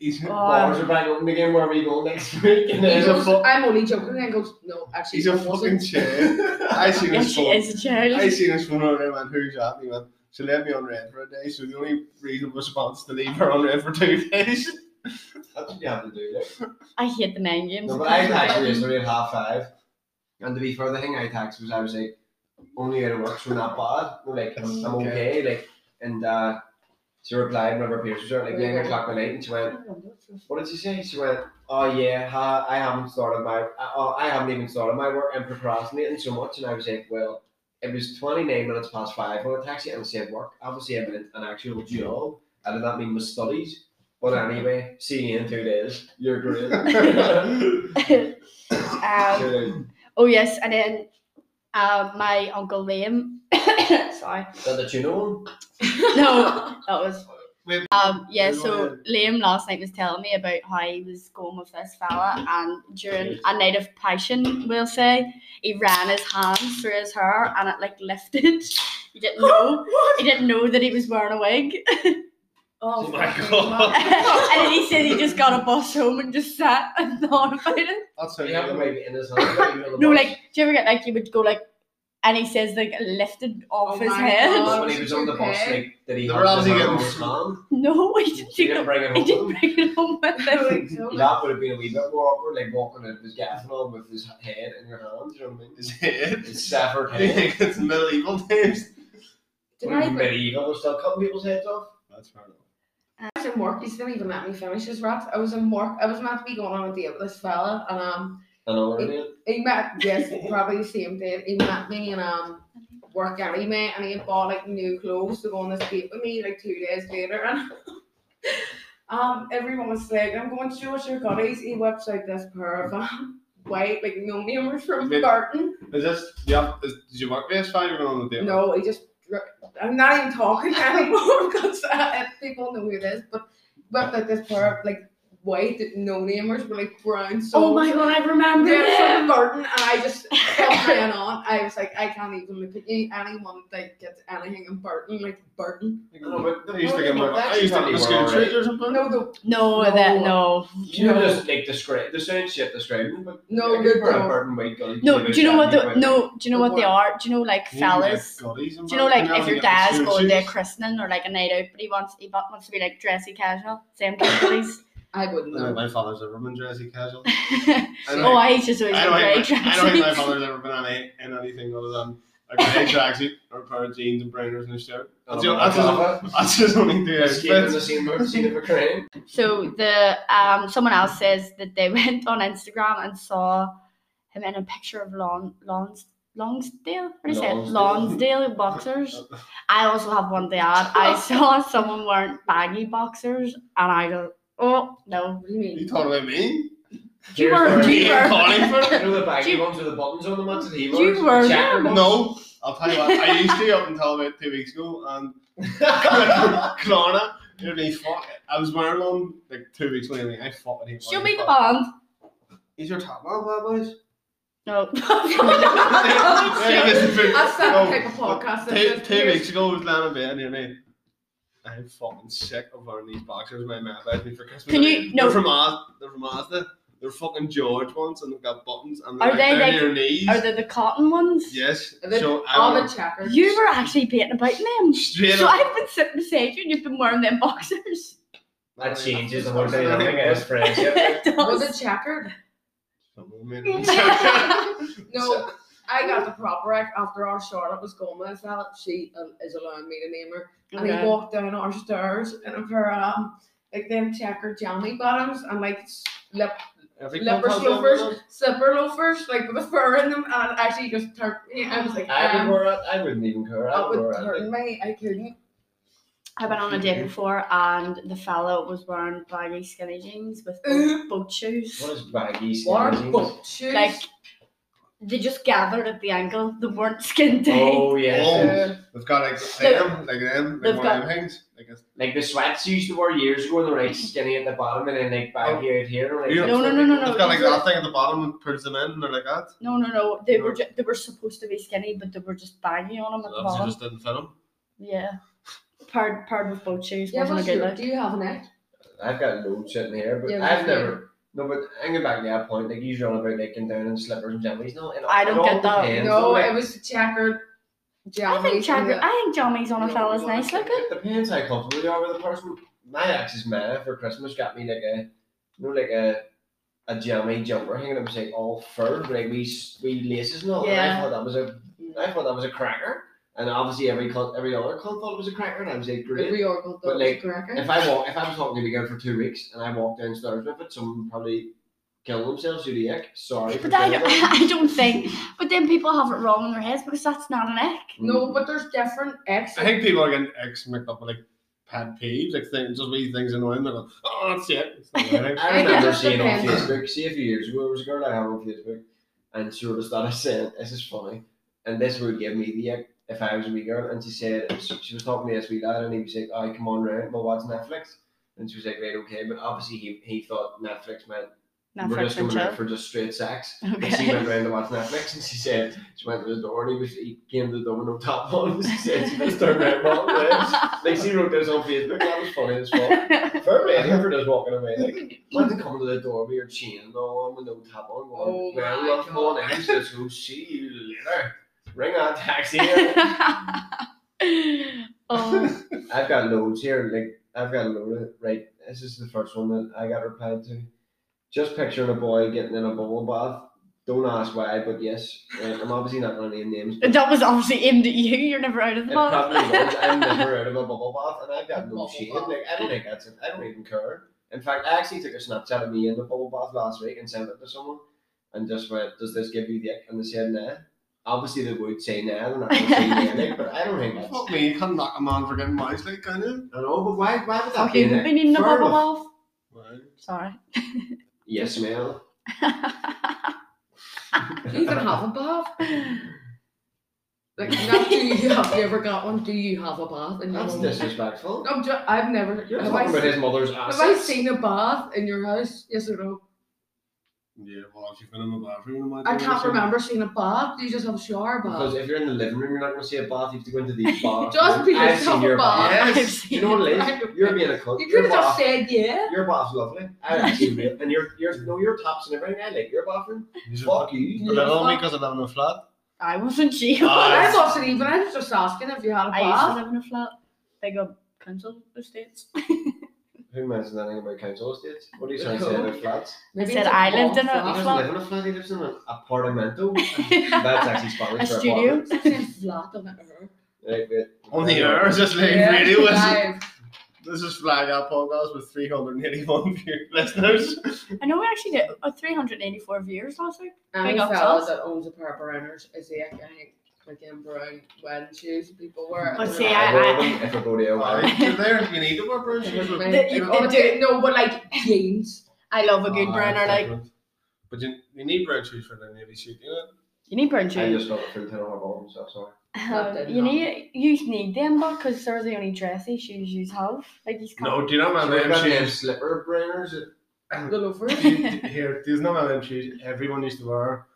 S1: He's,
S4: Bars are back open again. Where are we going next week?
S3: He
S4: And there's a
S2: [LAUGHS]
S3: goes,
S4: fuck.
S3: I'm only joking. And goes, no, actually,
S1: he's a
S3: I wasn't."
S1: fucking chair. I seen
S2: Yes,
S1: his
S2: she
S1: phone.
S2: is a child.
S1: I seen his phone and I went, who's that? And he went, she left me on red for a day, so the only reasonable response to leave her on red for two days.
S4: [LAUGHS] That's what you have to do. like.
S2: I hate the name games.
S4: No, but
S2: [LAUGHS]
S4: I texted you yesterday at half five. And to be fair, the thing I texted was I was like, only out of work, so not bad. We're like, I'm, I'm okay. Like, and uh, she replied whenever Pierce was there, like nine o'clock at night, and she went, What did she say? She went, Oh yeah, ha, I haven't started my, uh, oh, I haven't even started my work. I'm procrastinating so much, and I was like, Well, it was 29 minutes past five when I texted you and said work. Obviously, I'm in an actual job. I did not mean my studies. [LAUGHS] But anyway, see you in two days. You're great. [LAUGHS]
S2: um, oh yes, and then uh, my uncle Liam. [COUGHS] Sorry.
S4: That the tuna one?
S2: No, [LAUGHS] that was.
S1: Wait.
S2: Um, yeah,
S1: Wait,
S2: so Liam last night was telling me about how he was going with this fella, and during a night of passion, we'll say, he ran his hands through his hair and it like lifted. He didn't know. he didn't know that he was wearing a wig. [LAUGHS]
S3: Oh,
S1: my
S3: fucking
S1: God.
S3: hell. [LAUGHS]
S2: and then he said he just got a bus home and just sat and [LAUGHS] thought about it.
S1: That's how
S4: So
S1: you
S4: you have the
S1: know.
S4: baby in his hand.
S2: [LAUGHS] No, like, do you ever get like you would go like, and he says like lifted off
S3: Oh
S2: his
S3: my
S2: head?
S3: God.
S4: when he was on the bus, like, did
S1: They
S4: he have
S1: were obviously
S4: the
S1: getting
S4: his hand?
S2: [LAUGHS] No, he [LAUGHS] didn't.
S4: He
S2: Take
S4: didn't
S2: it,
S4: bring it
S2: he
S4: home.
S2: [LAUGHS] didn't bring it home with him.
S4: That would have been a wee bit more awkward, like walking out of his gaff and all with his head in your hand, you know what I mean?
S1: His head.
S4: His [LAUGHS] severed
S1: [LAUGHS] You
S4: head.
S1: think it's medieval times?
S3: Did
S4: Would
S3: I
S4: be medieval, they're still cutting people's heads off.
S1: That's fair enough.
S3: I was in work. He's didn't even let me finish his rap. I was in work. I was meant to be going on a date with this fella, and um,
S4: I know what I mean.
S3: he met yes, probably the same day. He met me and um, work anyway, and he had bought like new clothes to go on this date with me like two days later, and. [LAUGHS] Um, everyone was like, I'm going to show us your goodies. He whips out this pair of um, [LAUGHS] white, like, no numbers from
S1: Mid-
S3: Burton.
S1: Is this, yeah, is, did you work with this five on the day?
S3: No, he just. I'm not even talking [LAUGHS] anymore because uh, people know who it is. But but like this pair of like white no namers were like brown. So
S2: oh my god, I remember
S3: yeah,
S2: him.
S3: from Burton, and I just
S2: [LAUGHS]
S3: felt ran on. I was like, I can't even look at any- anyone that gets anything in Burton like Burton.
S1: No, but I used to get my, I
S4: That's
S1: used to get my
S4: probably
S1: school
S4: where,
S1: treat or something.
S3: No, the
S2: No,
S3: No.
S2: that no.
S4: You know, just like describe, the sound shit describing, but
S3: No,
S4: like,
S3: good
S4: for a
S3: though.
S4: burden weight gun.
S2: No, do you know what the no? Do you know
S3: The
S2: what they
S3: what?
S2: are? Do you know like fellas? Do you know like if your dad's going to a christening or like a night out, but he wants he wa- wants to be like dressy casual,
S1: [LAUGHS]
S2: same clothes.
S3: I wouldn't
S1: No,
S3: know.
S1: my father's ever been dressy casual. I don't
S2: [LAUGHS] oh, I just always
S1: I
S2: in
S1: don't,
S2: grey
S1: think my, I don't think my
S2: dresses.
S1: father's ever been on a, in anything other than a
S2: [LAUGHS]
S1: grey tracksuit or a pair of jeans and browners and a shirt. That's, your, that's, his, that's his only two
S4: Escaping the
S1: outfits.
S4: scene of- scene of a crime.
S2: So the um someone else says that they [LAUGHS] went on Instagram and saw him in a picture of Lon Lons Longsdale. What do you say?
S4: Lonsdale.
S2: Lonsdale boxers. I also have one to add. I saw someone wearing baggy boxers, and I go, oh no.
S3: What do you mean?
S1: You talking about me?
S2: You
S4: Here's
S2: were
S4: where-
S1: you
S2: you were-
S1: calling for?
S4: You [LAUGHS] know the baggy
S2: You-
S4: ones with the buttons on them, that's the
S2: you
S4: ones?
S2: were [LAUGHS]
S4: Checker
S2: there.
S4: ones?
S1: No, I'll tell you what. I used to up until about two weeks ago, and [LAUGHS] Clona, nearly fuck it. I was wearing them like two weeks later. and I fucking hate
S2: Show
S1: wearing
S2: me the
S1: them.
S2: band.
S1: Is your top on, bad boys?
S2: No.
S3: [LAUGHS]
S1: Yeah, yeah,
S2: oh,
S1: [LAUGHS] it's the food.
S3: That's that
S1: No,
S3: type of
S1: but
S3: podcast that
S1: Two,
S3: just
S1: two
S3: hears-
S1: weeks ago, I was lying in bed and you're like, I'm fucking sick of wearing these boxers my man er buys me er for Christmas.
S2: Can you-
S1: They're
S2: no.
S1: from Asda. They're from Asda. They're er fucking George ones and they've got buttons and they're
S2: Are
S1: like
S2: they
S1: down
S2: like-
S1: to your knees.
S2: Are they the cotton ones?
S1: yes.
S3: Are they
S1: so
S3: All
S1: I
S3: the
S1: went
S3: checkers.
S2: You were actually beating about them.
S1: straight
S2: so
S1: up.
S2: I've been sitting beside you and you've been wearing them boxers.
S4: That changes the whole thing. I think it
S2: [LAUGHS]
S4: is friendship.
S2: It does.
S3: was it checkered?
S2: [LAUGHS]
S4: [LAUGHS]
S3: No, I got the prop wreck after our Charlotte was going with that. She uh, is allowing me to name her and he
S2: Okay.
S3: walked down our stairs in a pair of um, like them checkered jammy bottoms and like slip
S6: Every club
S3: Leopard
S6: has them, you
S3: loafers, slipper loafers, like with a fur in them, and it actually just turned me. I was like,
S4: I would
S3: um,
S4: wear it. I wouldn't even care. I
S3: that
S4: would
S3: would
S4: wear it.
S3: turn me. I couldn't.
S2: I went on a date before and the fellow was wearing baggy skinny jeans with boat,
S3: Ooh.
S2: boat shoes.
S4: What is baggy skinny
S3: War
S4: jeans?
S3: boat shoes.
S2: Like they just gathered at the ankle. They weren't [LAUGHS] skin tight.
S4: Oh yeah,
S1: Oh.
S3: uh,
S2: um,
S1: They've got like
S2: They've-
S1: them, like them,
S2: they've
S1: like one of them things. Like a,
S4: like the sweats you used to wear years ago. They were like skinny at the bottom and then like baggy out here. Like,
S1: you
S2: Oh. No, no, no, no, no.
S1: They've got like
S2: these are-
S1: that thing at the bottom and pulls them in and they're like "Ah, that.
S2: No, no, no. They were ju- they were supposed to be skinny, but they were just baggy on them at the
S1: Obviously
S2: bottom.
S1: just didn't fit them.
S2: Yeah, paired paired with boat shoes.
S3: yeah,
S2: wasn't a
S3: what's
S2: good
S3: your,
S2: look.
S3: do you have an egg?
S4: I've got loads sitting here, but
S3: Yeah,
S4: I've
S3: we've
S4: never. No, but I'm going back to that point. Like you're on about like going down in slippers and jammies. No, it,
S2: I
S4: it
S2: don't
S4: all
S2: get that.
S4: Depends.
S3: No,
S4: on, like,
S3: it was checkered.
S2: I think
S3: jammies and
S2: Jagger,
S3: the-
S2: I think Johnny's on a fella's nice looking.
S4: It depends how comfortable you are with the person. My ex's man for Christmas got me like a, you know, like a, a jammy jumper hanging up, like all fur, like we we laces and all. And
S2: Yeah.
S4: I thought that was a, I thought that was a cracker. And obviously every cunt, every other cunt thought it was a cracker, and I was like, great.
S3: Every Oracle
S4: But,
S3: does
S4: like,
S3: cracker.
S4: If I walk, if I was not going to go for two weeks and I walked downstairs with it, someone probably killed themselves through the ick. Sorry. for
S2: But I
S4: saying
S2: don't, [LAUGHS]
S4: that.
S2: I don't think. But then people have it wrong in their heads because that's not an ick.
S3: no, but there's different eggs.
S1: I think people are getting X mixed up with like pet peeves, like things, just wee things annoying. They're like, oh, that's it. It's not right.
S4: I
S3: I
S4: remember
S3: guess it
S4: seeing on
S3: depends.
S4: Facebook, see a few years ago, there was a girl I had on Facebook, and she was started saying, This is funny, and this would give me the ick if I was a wee girl. And she said, She she was talking to this wee lad, and he was like, Oh, come on round, we'll watch Netflix. And she was like, Right, okay, but obviously he, he thought Netflix meant we're
S2: Netflix
S4: just
S2: and
S4: coming out
S2: chill.
S4: for just straight sex.
S2: [LAUGHS]
S4: And she
S2: Okay.
S4: went round to watch Netflix and she said, she went to the door and he, was, he came to the door with no top on. And she said, she just turned around
S2: [LAUGHS]
S4: walked away. Like, she wrote this on Facebook. That was funny as well. Fair play, they were just walking away. Like, when they come to the door with your chain and all, and with no tap on, going,
S3: Oh
S4: well,
S3: my
S4: love,
S3: God.
S4: morning. He says, we'll see you later. Ring a taxi.
S3: [LAUGHS]
S4: I've
S2: [LAUGHS] oh,
S4: got loads here. Like, I've got a load of, right, this is the first one that I got replied to. Just picturing a boy getting in a bubble bath. Don't ask why, but yes. Right, I'm obviously not going to name names. but
S2: that was obviously aimed at you. You're never out of the [LAUGHS]
S4: It probably was. I'm
S2: box.
S4: never out of a bubble bath, and I've got no
S3: Bubble
S4: shame.
S3: bath.
S4: Like I don't think that's it. I don't even care. In fact, I actually took a Snapchat of me in the bubble bath last week and sent it to someone, and just went, "Does this give you the ick?" And they said, "Nah." Obviously, they would say nah. They're not going to say nah,
S2: [LAUGHS]
S4: like, but I don't
S3: [LAUGHS]
S4: think that's.
S1: Fuck me, you can't knock a man for getting wise like, can you?
S4: I know, but why? Why would that
S2: Okay,
S4: be?
S2: we've
S4: an
S2: been
S4: ick?
S2: in the
S4: Fair
S2: bubble
S4: enough.
S2: off.
S1: Right.
S2: Sorry. [LAUGHS]
S4: Yes, ma'am.
S3: even have a bath. Like, not do you have you ever got one? Do you have a bath?
S2: [LAUGHS]
S3: And you
S4: [LAUGHS] That's
S3: don't-
S4: disrespectful.
S2: Oh,
S3: I'm ju- I've never.
S4: You're
S3: have I,
S4: talking about
S3: seen-
S4: his mother's
S3: have
S4: ass.
S3: I seen a bath in your house? Yes or no?
S1: Yeah, well, if you've been in the bathroom, might
S3: I
S1: do
S3: can't
S1: something.
S3: remember seeing a bath. Do you just have a shower
S4: Because
S3: bath?
S4: if you're in the living room, you're not going to see a bath. You have to go into the bath.
S3: Just be
S4: I've
S3: yourself
S4: seen
S3: a
S4: your bath.
S3: bath.
S4: Yes.
S2: [LAUGHS] I've
S4: Do
S2: seen
S4: you know what it
S3: I
S4: is?
S3: don't
S4: You're
S3: know.
S4: being a cunt.
S3: You
S4: Your
S3: could have just
S4: bath-
S3: said yeah.
S4: Your bath's lovely. I actually really, and your your no your tops and everything. I like your bathroom.
S1: You should
S4: Fuck you.
S1: But I only because I live in a flat.
S2: I wasn't she.
S4: Uh,
S1: Ah,
S3: I wasn't even. I was just asking if you had a
S2: I used to
S3: bath.
S2: live in a flat, big old council [LAUGHS] estates.
S4: Who mentioned anything about council estates? What are you trying to say
S3: Cool.
S4: about flats?
S3: Maybe
S2: said
S3: it's a
S2: I lived
S3: bomb
S2: in a-
S4: He doesn't
S2: Flat.
S4: live in a flat. He lives in an apartamento. That's
S2: That's
S4: actually Spanish for
S2: studio?
S4: apartment.
S3: flat. It's a flat on the earth.
S4: Right, wait.
S1: On the air, it's just like
S3: Yeah,
S1: radio. This is,
S3: live.
S1: this is Flag Out Podcast with 381 [LAUGHS] view- listeners.
S2: I know we actually did uh, 384 views last week.
S3: Any
S2: Big up
S3: fella
S2: sauce.
S3: that owns a pair of Browners is the ick, I think. Like in brown wedding shoes people wear.
S2: But
S3: They're
S2: Oh, see,
S3: like-
S2: I-
S4: I love them if I go to a wedding.
S1: Aye, you're there, you need to wear brown
S3: [LAUGHS]
S1: shoes.
S3: Like,
S2: That you
S3: like,
S2: can
S3: on a
S2: do-
S3: day- No, but like jeans.
S2: I love a good
S4: Oh,
S1: Ah,
S2: brown or
S1: that's
S2: like
S1: different. But you, you need brown shoes for the navy suit, you know?
S2: you need brown
S4: I
S2: shoes.
S4: just got through ten of all so sorry.
S2: Um,
S3: That did
S2: you
S3: not-
S2: need you need them though because they're the only dressy shoes you have. Like you
S1: No,
S2: can't.
S1: do you know my
S4: So we've
S1: name
S4: got them
S1: shoes?
S4: slipper brainers.
S3: The loafers.
S1: You- Here, there's no my name shoes. Everyone used to wear.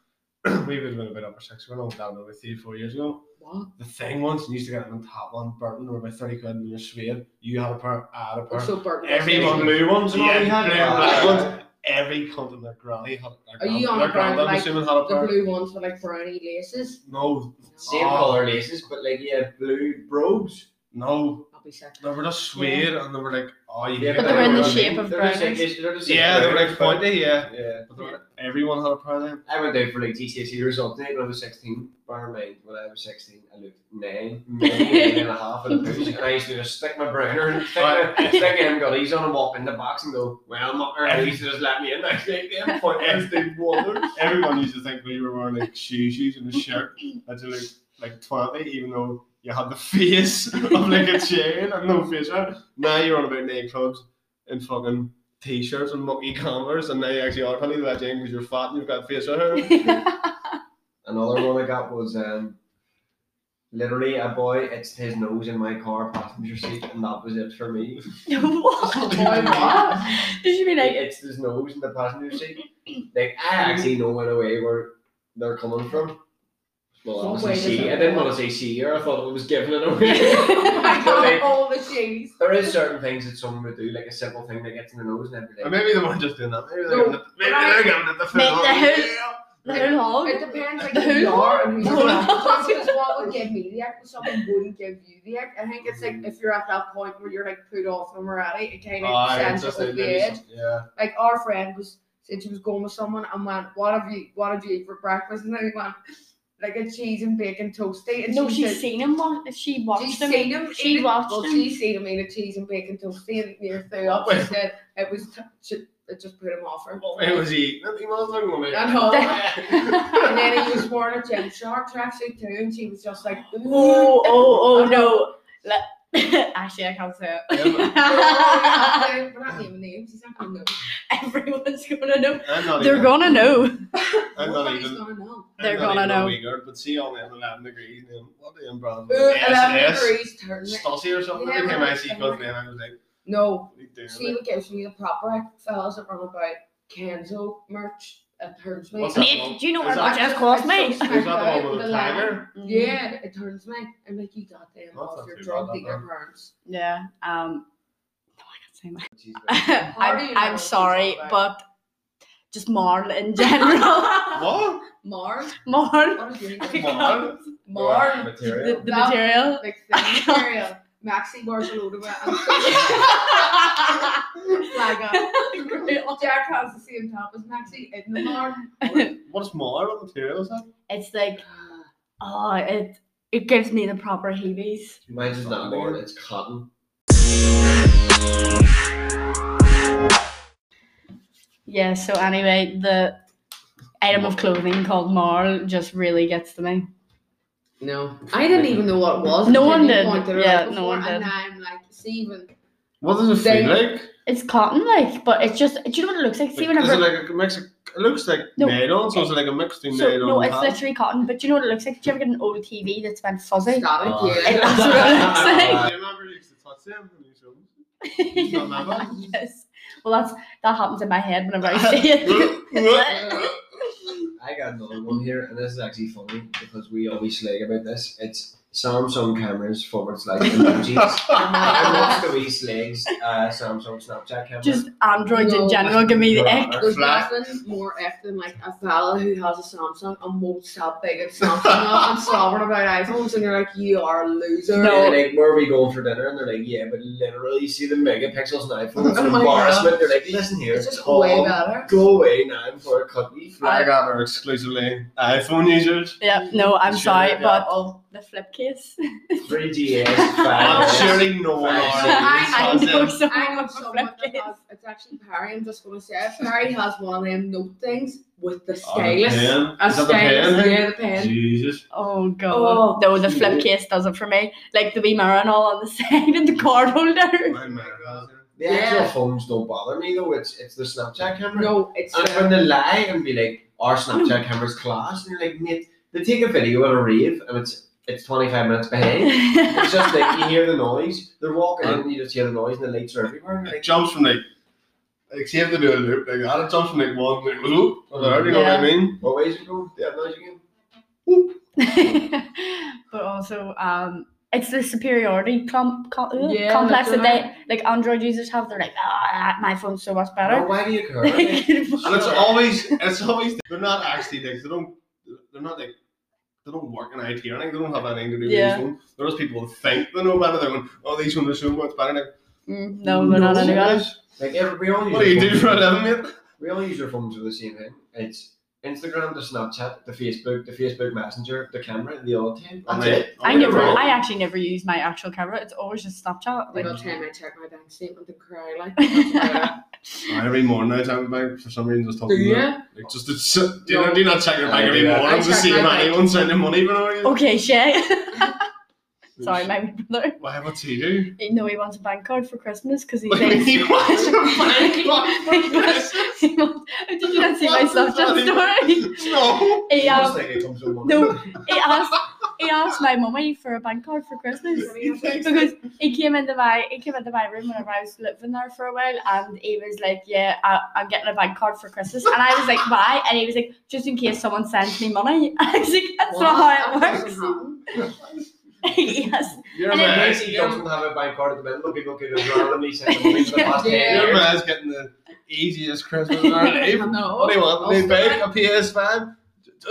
S1: [CLEARS THROAT] we would have been a bit over six. We're not down with three, four years ago.
S3: What?
S1: The thing once, you used to get them on top one, Burton, were about 30 quid in your Sweden. You had a pair, I had a pair.
S3: So burnt.
S1: Everyone blue ones and all
S4: Yeah,
S1: we had.
S4: blue
S1: Blue
S4: and
S1: black
S4: black.
S1: ones. Every cunt in their granny had their
S3: Are you
S1: grand-
S3: on
S1: their
S3: a brand
S1: granddad, I'm
S3: like
S1: assuming, had a
S3: The
S1: pair.
S3: blue ones with like brownie laces.
S1: No,
S3: [LAUGHS]
S4: Same
S1: Oh.
S4: colour laces, but like yeah, blue brogues.
S1: no.
S3: I'll be sick.
S1: They were just suede and they were like, oh, you
S4: Yeah,
S1: hate
S2: But they're in
S1: that.
S2: the shape of
S4: They're just like-
S2: browners.
S4: they're just like
S1: Yeah, they were like
S4: browners, but-
S1: pointy, yeah.
S4: Yeah.
S1: But they were- everyone had a paradigm.
S4: I went down for like GCSE result day when I was 16. Bear in mind, when I was 16, I looked nine, maybe
S2: [LAUGHS]
S4: nine and a half in the booze, and I used to just stick my browner and stick, my, stick in gullies on and walk in the box and go, Well, mucker, and he used to just let me in. I was like,
S2: [LAUGHS]
S4: Them point is the water.
S1: [LAUGHS] Everyone used to think we were wearing like shoes, shoes and a shirt that you looked like 20, even though you had the face of like a chain and no face. right? Now you're on about nightclubs and fucking t shirts and monkey collars, and now you actually are twenty that because you're fat and you've got face right
S3: [LAUGHS]
S2: [LAUGHS]
S4: Another one I got was um, literally a boy itched his nose in my car passenger seat, and that was it for me.
S2: what? Did you mean
S4: Like,
S2: [LAUGHS] like?
S4: it's his nose in the passenger
S2: [CLEARS THROAT]
S4: seat. Like I actually know in a way where they're coming from. Well,
S3: What
S4: obviously
S3: way does
S4: she.
S3: it
S4: I didn't
S3: work?
S4: want to say she or I thought it was giving it away.
S2: [LAUGHS]
S3: I
S4: But,
S3: got [LAUGHS]
S4: like,
S3: all the cheese.
S4: there is certain things that someone would do, like a simple thing that gets in their nose and
S1: Or
S4: everything.
S1: maybe they weren't just doing that. Maybe they're
S3: No,
S1: giving it, maybe
S3: but I-
S1: they're giving it the full
S2: Mate,
S1: on.
S2: the whole-
S1: Yeah.
S2: The whole
S3: It
S2: hog?
S3: depends like
S2: Oh, The
S3: who you
S2: who?
S3: are and who's
S2: No.
S3: around. Because what would give me the act, but someone wouldn't give you the act. I think it's like if you're at that point where you're like put off and morality, it kind of
S1: Aye, it's
S3: sends
S1: just
S3: it
S1: like
S3: over the
S1: maybe
S3: edge.
S1: some- yeah.
S3: Like our friend was said she was going with someone and went, "What have you? What did you eat for breakfast?" And then he went, "Like a cheese and bacon toasty." And
S2: No,
S3: she
S2: she's
S3: said,
S2: seen him. wa- She
S3: "She's
S2: watched him. [LAUGHS]
S3: seen him.
S2: She
S3: eat a-
S2: watched
S3: well,
S2: him.
S3: She seen him eat a cheese and bacon toasty and near threw up. She said it was. T- she- it just put him off her.
S1: It was he. He was looking
S3: [LAUGHS]
S1: at me.
S3: I know. and
S2: oh,
S3: then he was wearing a gym shark tracksuit too, and she was just like,
S2: oh, oh no! Le- [LAUGHS] Actually, I can't say
S4: [LAUGHS]
S2: [LAUGHS] it.
S3: [LAUGHS] We're not naming names. He's not gonna know.
S2: Everyone's gonna know.
S1: I'm not
S2: They're
S1: even-
S2: gonna know.
S1: I'm not
S3: Nobody's
S1: even.
S3: gonna know.
S1: I'm
S2: They're
S1: not
S2: gonna
S1: even
S2: know.
S1: A wee girl, but see on the 11 degrees. And what the brand?
S2: Uh,
S3: Ooh, Eleven
S1: SS.
S3: degrees turn.
S1: Stussy or something.
S3: Yeah,
S1: Every time I
S3: right,
S1: see
S3: something
S1: Cos
S3: like-
S1: then I was like,
S3: No,
S1: what are you doing?
S3: she
S1: mate?"
S3: would give me the proper like, fellas that run about Kenzo merch. It turns me.
S1: What's that?
S2: Nate, do you know
S1: Is
S2: how
S1: that-
S2: much it cost me?
S3: It's so
S1: Is that the
S3: smacked
S1: one
S3: [LAUGHS]
S1: with
S3: out
S1: the
S3: lemon.
S1: tiger?
S3: Yeah, it turns me. I'm like, you got them
S1: That's
S3: off
S1: not
S3: your
S1: too
S3: drug
S1: bad, that
S3: dealer
S1: one.
S3: parents.
S2: Yeah. Um. No, I can't say that.
S4: Jeez,
S3: How do
S2: [LAUGHS]
S3: you
S2: I'm,
S3: know
S2: I'm
S3: what she's
S2: sorry,
S3: on
S2: but just Marl in general. [LAUGHS]
S1: What?
S3: Mars.
S2: Marl.
S1: [LAUGHS]
S3: What is your
S2: I
S3: name?
S1: Marl.
S2: can't-
S3: Mars.
S2: The,
S1: Material.
S2: the
S3: That-
S2: material.
S3: Like thin material. Maxi bars a load of it. and- [LAUGHS] Flag up. uh, [LAUGHS] Jack has the same top as Maxi in the barn.
S1: What's more? What material is that?
S2: [LAUGHS] it's like, oh, it it gives me the proper heebies.
S4: Mine's just not born, it's cotton.
S2: Yeah. So anyway, the item of clothing called Marl just really gets to me.
S3: No, I didn't even know what it was.
S2: No
S3: until
S2: one
S3: you
S2: did.
S3: pointed it out
S2: Yeah, no
S3: before,
S2: one did.
S3: And now I'm like, see, even
S1: What does it
S3: They-
S1: feel like?
S2: It's cotton like, but it's just. Do you know what it looks like? See
S1: Like, is it
S2: whenever.
S1: like a mix? Of, it looks like
S2: No.
S1: nylon, so it's like a mix between
S2: So
S1: nylon
S2: no,
S1: and [LAUGHS]
S2: it's
S1: cotton?
S2: literally cotton. But do you know what it looks like? Do you ever get an old TV that's been fuzzy? [LAUGHS]
S3: static.
S4: Oh, [LAUGHS]
S2: It-
S3: yeah. [LAUGHS]
S2: that's what it looks like.
S1: Do you remember you used to touch them when you
S2: [LAUGHS]
S1: showed [LAUGHS] them? Not my bad.
S2: yes. Well, that's that happens in my head whenever I see
S1: [LAUGHS]
S2: it.
S4: I got another one here, and this is actually funny because we always slag about this. It's Samsung cameras forward
S2: [LAUGHS]
S4: slash emojis. I
S3: Uh-huh.
S1: [LAUGHS]
S4: love the wee slags uh, Samsung Snapchat camera.
S2: Just androids in
S3: No.
S2: general give me the ick.
S3: There's
S1: Flat.
S3: nothing more F than like a fella who has a Samsung and won't stop begging Samsung
S1: [LAUGHS]
S3: up and sobbing about iPhones, and you're like, you are a loser.
S4: And
S2: No.
S4: they're like, where are we going for dinner? And they're like, yeah, but literally, you see the megapixels and iPhone. It's
S3: Oh
S4: an
S3: my
S4: embarrassment. They're like, listen here,
S3: It's just
S4: Tom,
S3: way
S1: [LAUGHS]
S3: better.
S4: go away now before it cut me.
S1: Flag out are exclusively iPhone users.
S2: Yeah, no, I'm
S1: Sure,
S2: sorry,
S1: yeah.
S2: but the flip case.
S3: [LAUGHS]
S4: 3GS,
S1: I'm
S4: 5S.
S1: surely no one
S4: Five,
S1: are.
S4: six.
S2: I know [LAUGHS]
S1: Awesome.
S2: someone
S3: I know
S2: with a
S3: someone
S2: flip
S3: that
S2: case.
S3: has, it's actually Perry, I'm just going to say it. Perry has one of them note things with the
S1: Oh, the
S3: stylus.
S1: pen.
S3: a
S1: Is that the
S3: stylus,
S1: pen?
S3: yeah, the
S2: [LAUGHS]
S3: pen.
S1: Jesus.
S2: Oh god.
S3: Oh.
S2: no, the flip case does it for me. Like the wee mirror and all on the [LAUGHS] side and the card holder.
S1: My God.
S4: The actual
S3: Yeah.
S4: phones don't bother me though, it's, it's the Snapchat camera.
S3: No, it's
S4: And when they lie and be like,
S3: [LAUGHS]
S4: our Snapchat camera's class, and you're like, mate, they take a video at a rave and it's it's 25 minutes behind. It's just like you hear the noise, they're walking in and you just hear the noise and the lights are everywhere. and you're
S1: It
S4: like,
S1: jumps from like, like see if they do a loop like that, it jumps from like one loop to loop, or whatever, you know what I mean?
S4: what way is it going? Yeah, noise again.
S2: [LAUGHS] but also, um, it's the superiority com- com- uh,
S3: Yeah,
S2: complex that
S3: that's
S2: they like Android users have. They're like, ah, my phone's so much [LAUGHS]
S4: Now,
S2: better.
S4: why do you care? Like,
S1: And it's
S2: Like,
S1: always, it's always, they're not actually like, they don't, they're not like, they don't work in IT or anything, they don't have anything to do with
S2: Yeah.
S1: these phones. They're just people who think they know better, they're going, oh, these ones are so much better. Like,
S2: mm, no, we're not
S1: "No,
S2: any better.
S1: guys,
S4: like every, we all use
S1: What do you
S4: a phone.
S1: do for a living, mate?
S4: we all use our phones for the same thing. It's Instagram, the Snapchat, the Facebook, the Facebook Messenger, the camera, the all time.
S1: I
S4: That's
S1: mean,
S4: it.
S2: I
S4: We're
S2: never,
S4: wrong.
S2: I actually never use my actual camera. It's always just Snapchat.
S3: Like,
S2: Like,
S3: I'll tell him I check my bank statement and cry
S2: [LAUGHS]
S3: like. that's
S1: Right, every morning I check my bank for some reason. Just
S3: why. Do
S1: talking about
S3: you?
S1: like just to ch- do, you not, do you not check your bank
S4: I
S1: every
S4: do that.
S1: morning
S3: I
S1: to
S3: check
S1: see
S3: my
S1: if
S3: bank.
S1: anyone's sending money for you?
S2: okay, Shay. [LAUGHS] Sorry, my wee brother.
S1: Why? What's he do?
S2: You know he wants a bank card for
S1: [LAUGHS]
S2: Christmas because [LAUGHS] he
S1: What do you
S2: thinks.
S1: mean, what's your bank
S2: He wants- he wants- Did you not see my
S1: What does
S2: Snapchat
S1: that
S2: [LAUGHS] story?
S1: No.
S2: He,
S4: I
S2: um,
S4: just think it comes from one-
S2: no, he asked, he asked my mummy for a bank card for Christmas.
S1: [LAUGHS] He thinks
S2: because he came into my he came into my room whenever I was living there for a while, and he was like, "Yeah, I, I'm getting a bank card for Christmas," and I was like, "Why?" And he was like, "Just in case someone sends me money." [LAUGHS] I was like, "That's not how it works." [LAUGHS] yes,
S4: Your
S2: And then- um,
S4: man, he doesn't have a bank card at the minute, but people
S2: [LAUGHS]
S4: could have randomly sent him money for the past 10
S1: Your
S4: years.
S1: man's getting the easiest Christmas
S2: [LAUGHS]
S1: around. Even what do you want? A new bank, a PS5.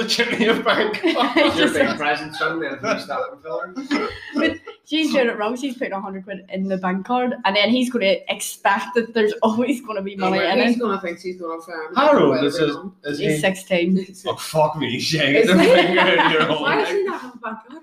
S1: Just give me a bank
S2: [LAUGHS]
S1: card.
S4: Your
S2: Just-
S4: big present, son, then if you stop
S2: [LAUGHS]
S4: him, filler.
S2: she's doing it wrong. She's putting hundred quid in the bank card, and then he's going to expect that there's [LAUGHS] always going to be money in
S3: He's
S2: it.
S3: gonna think she's going to farm.
S1: How old is this? Is
S2: He's
S1: he?
S2: sixteen.
S1: Oh fuck me, Shane.
S3: Is
S1: Get your
S3: he-
S1: finger in your hole.
S3: [LAUGHS] Why does he not have a bank order?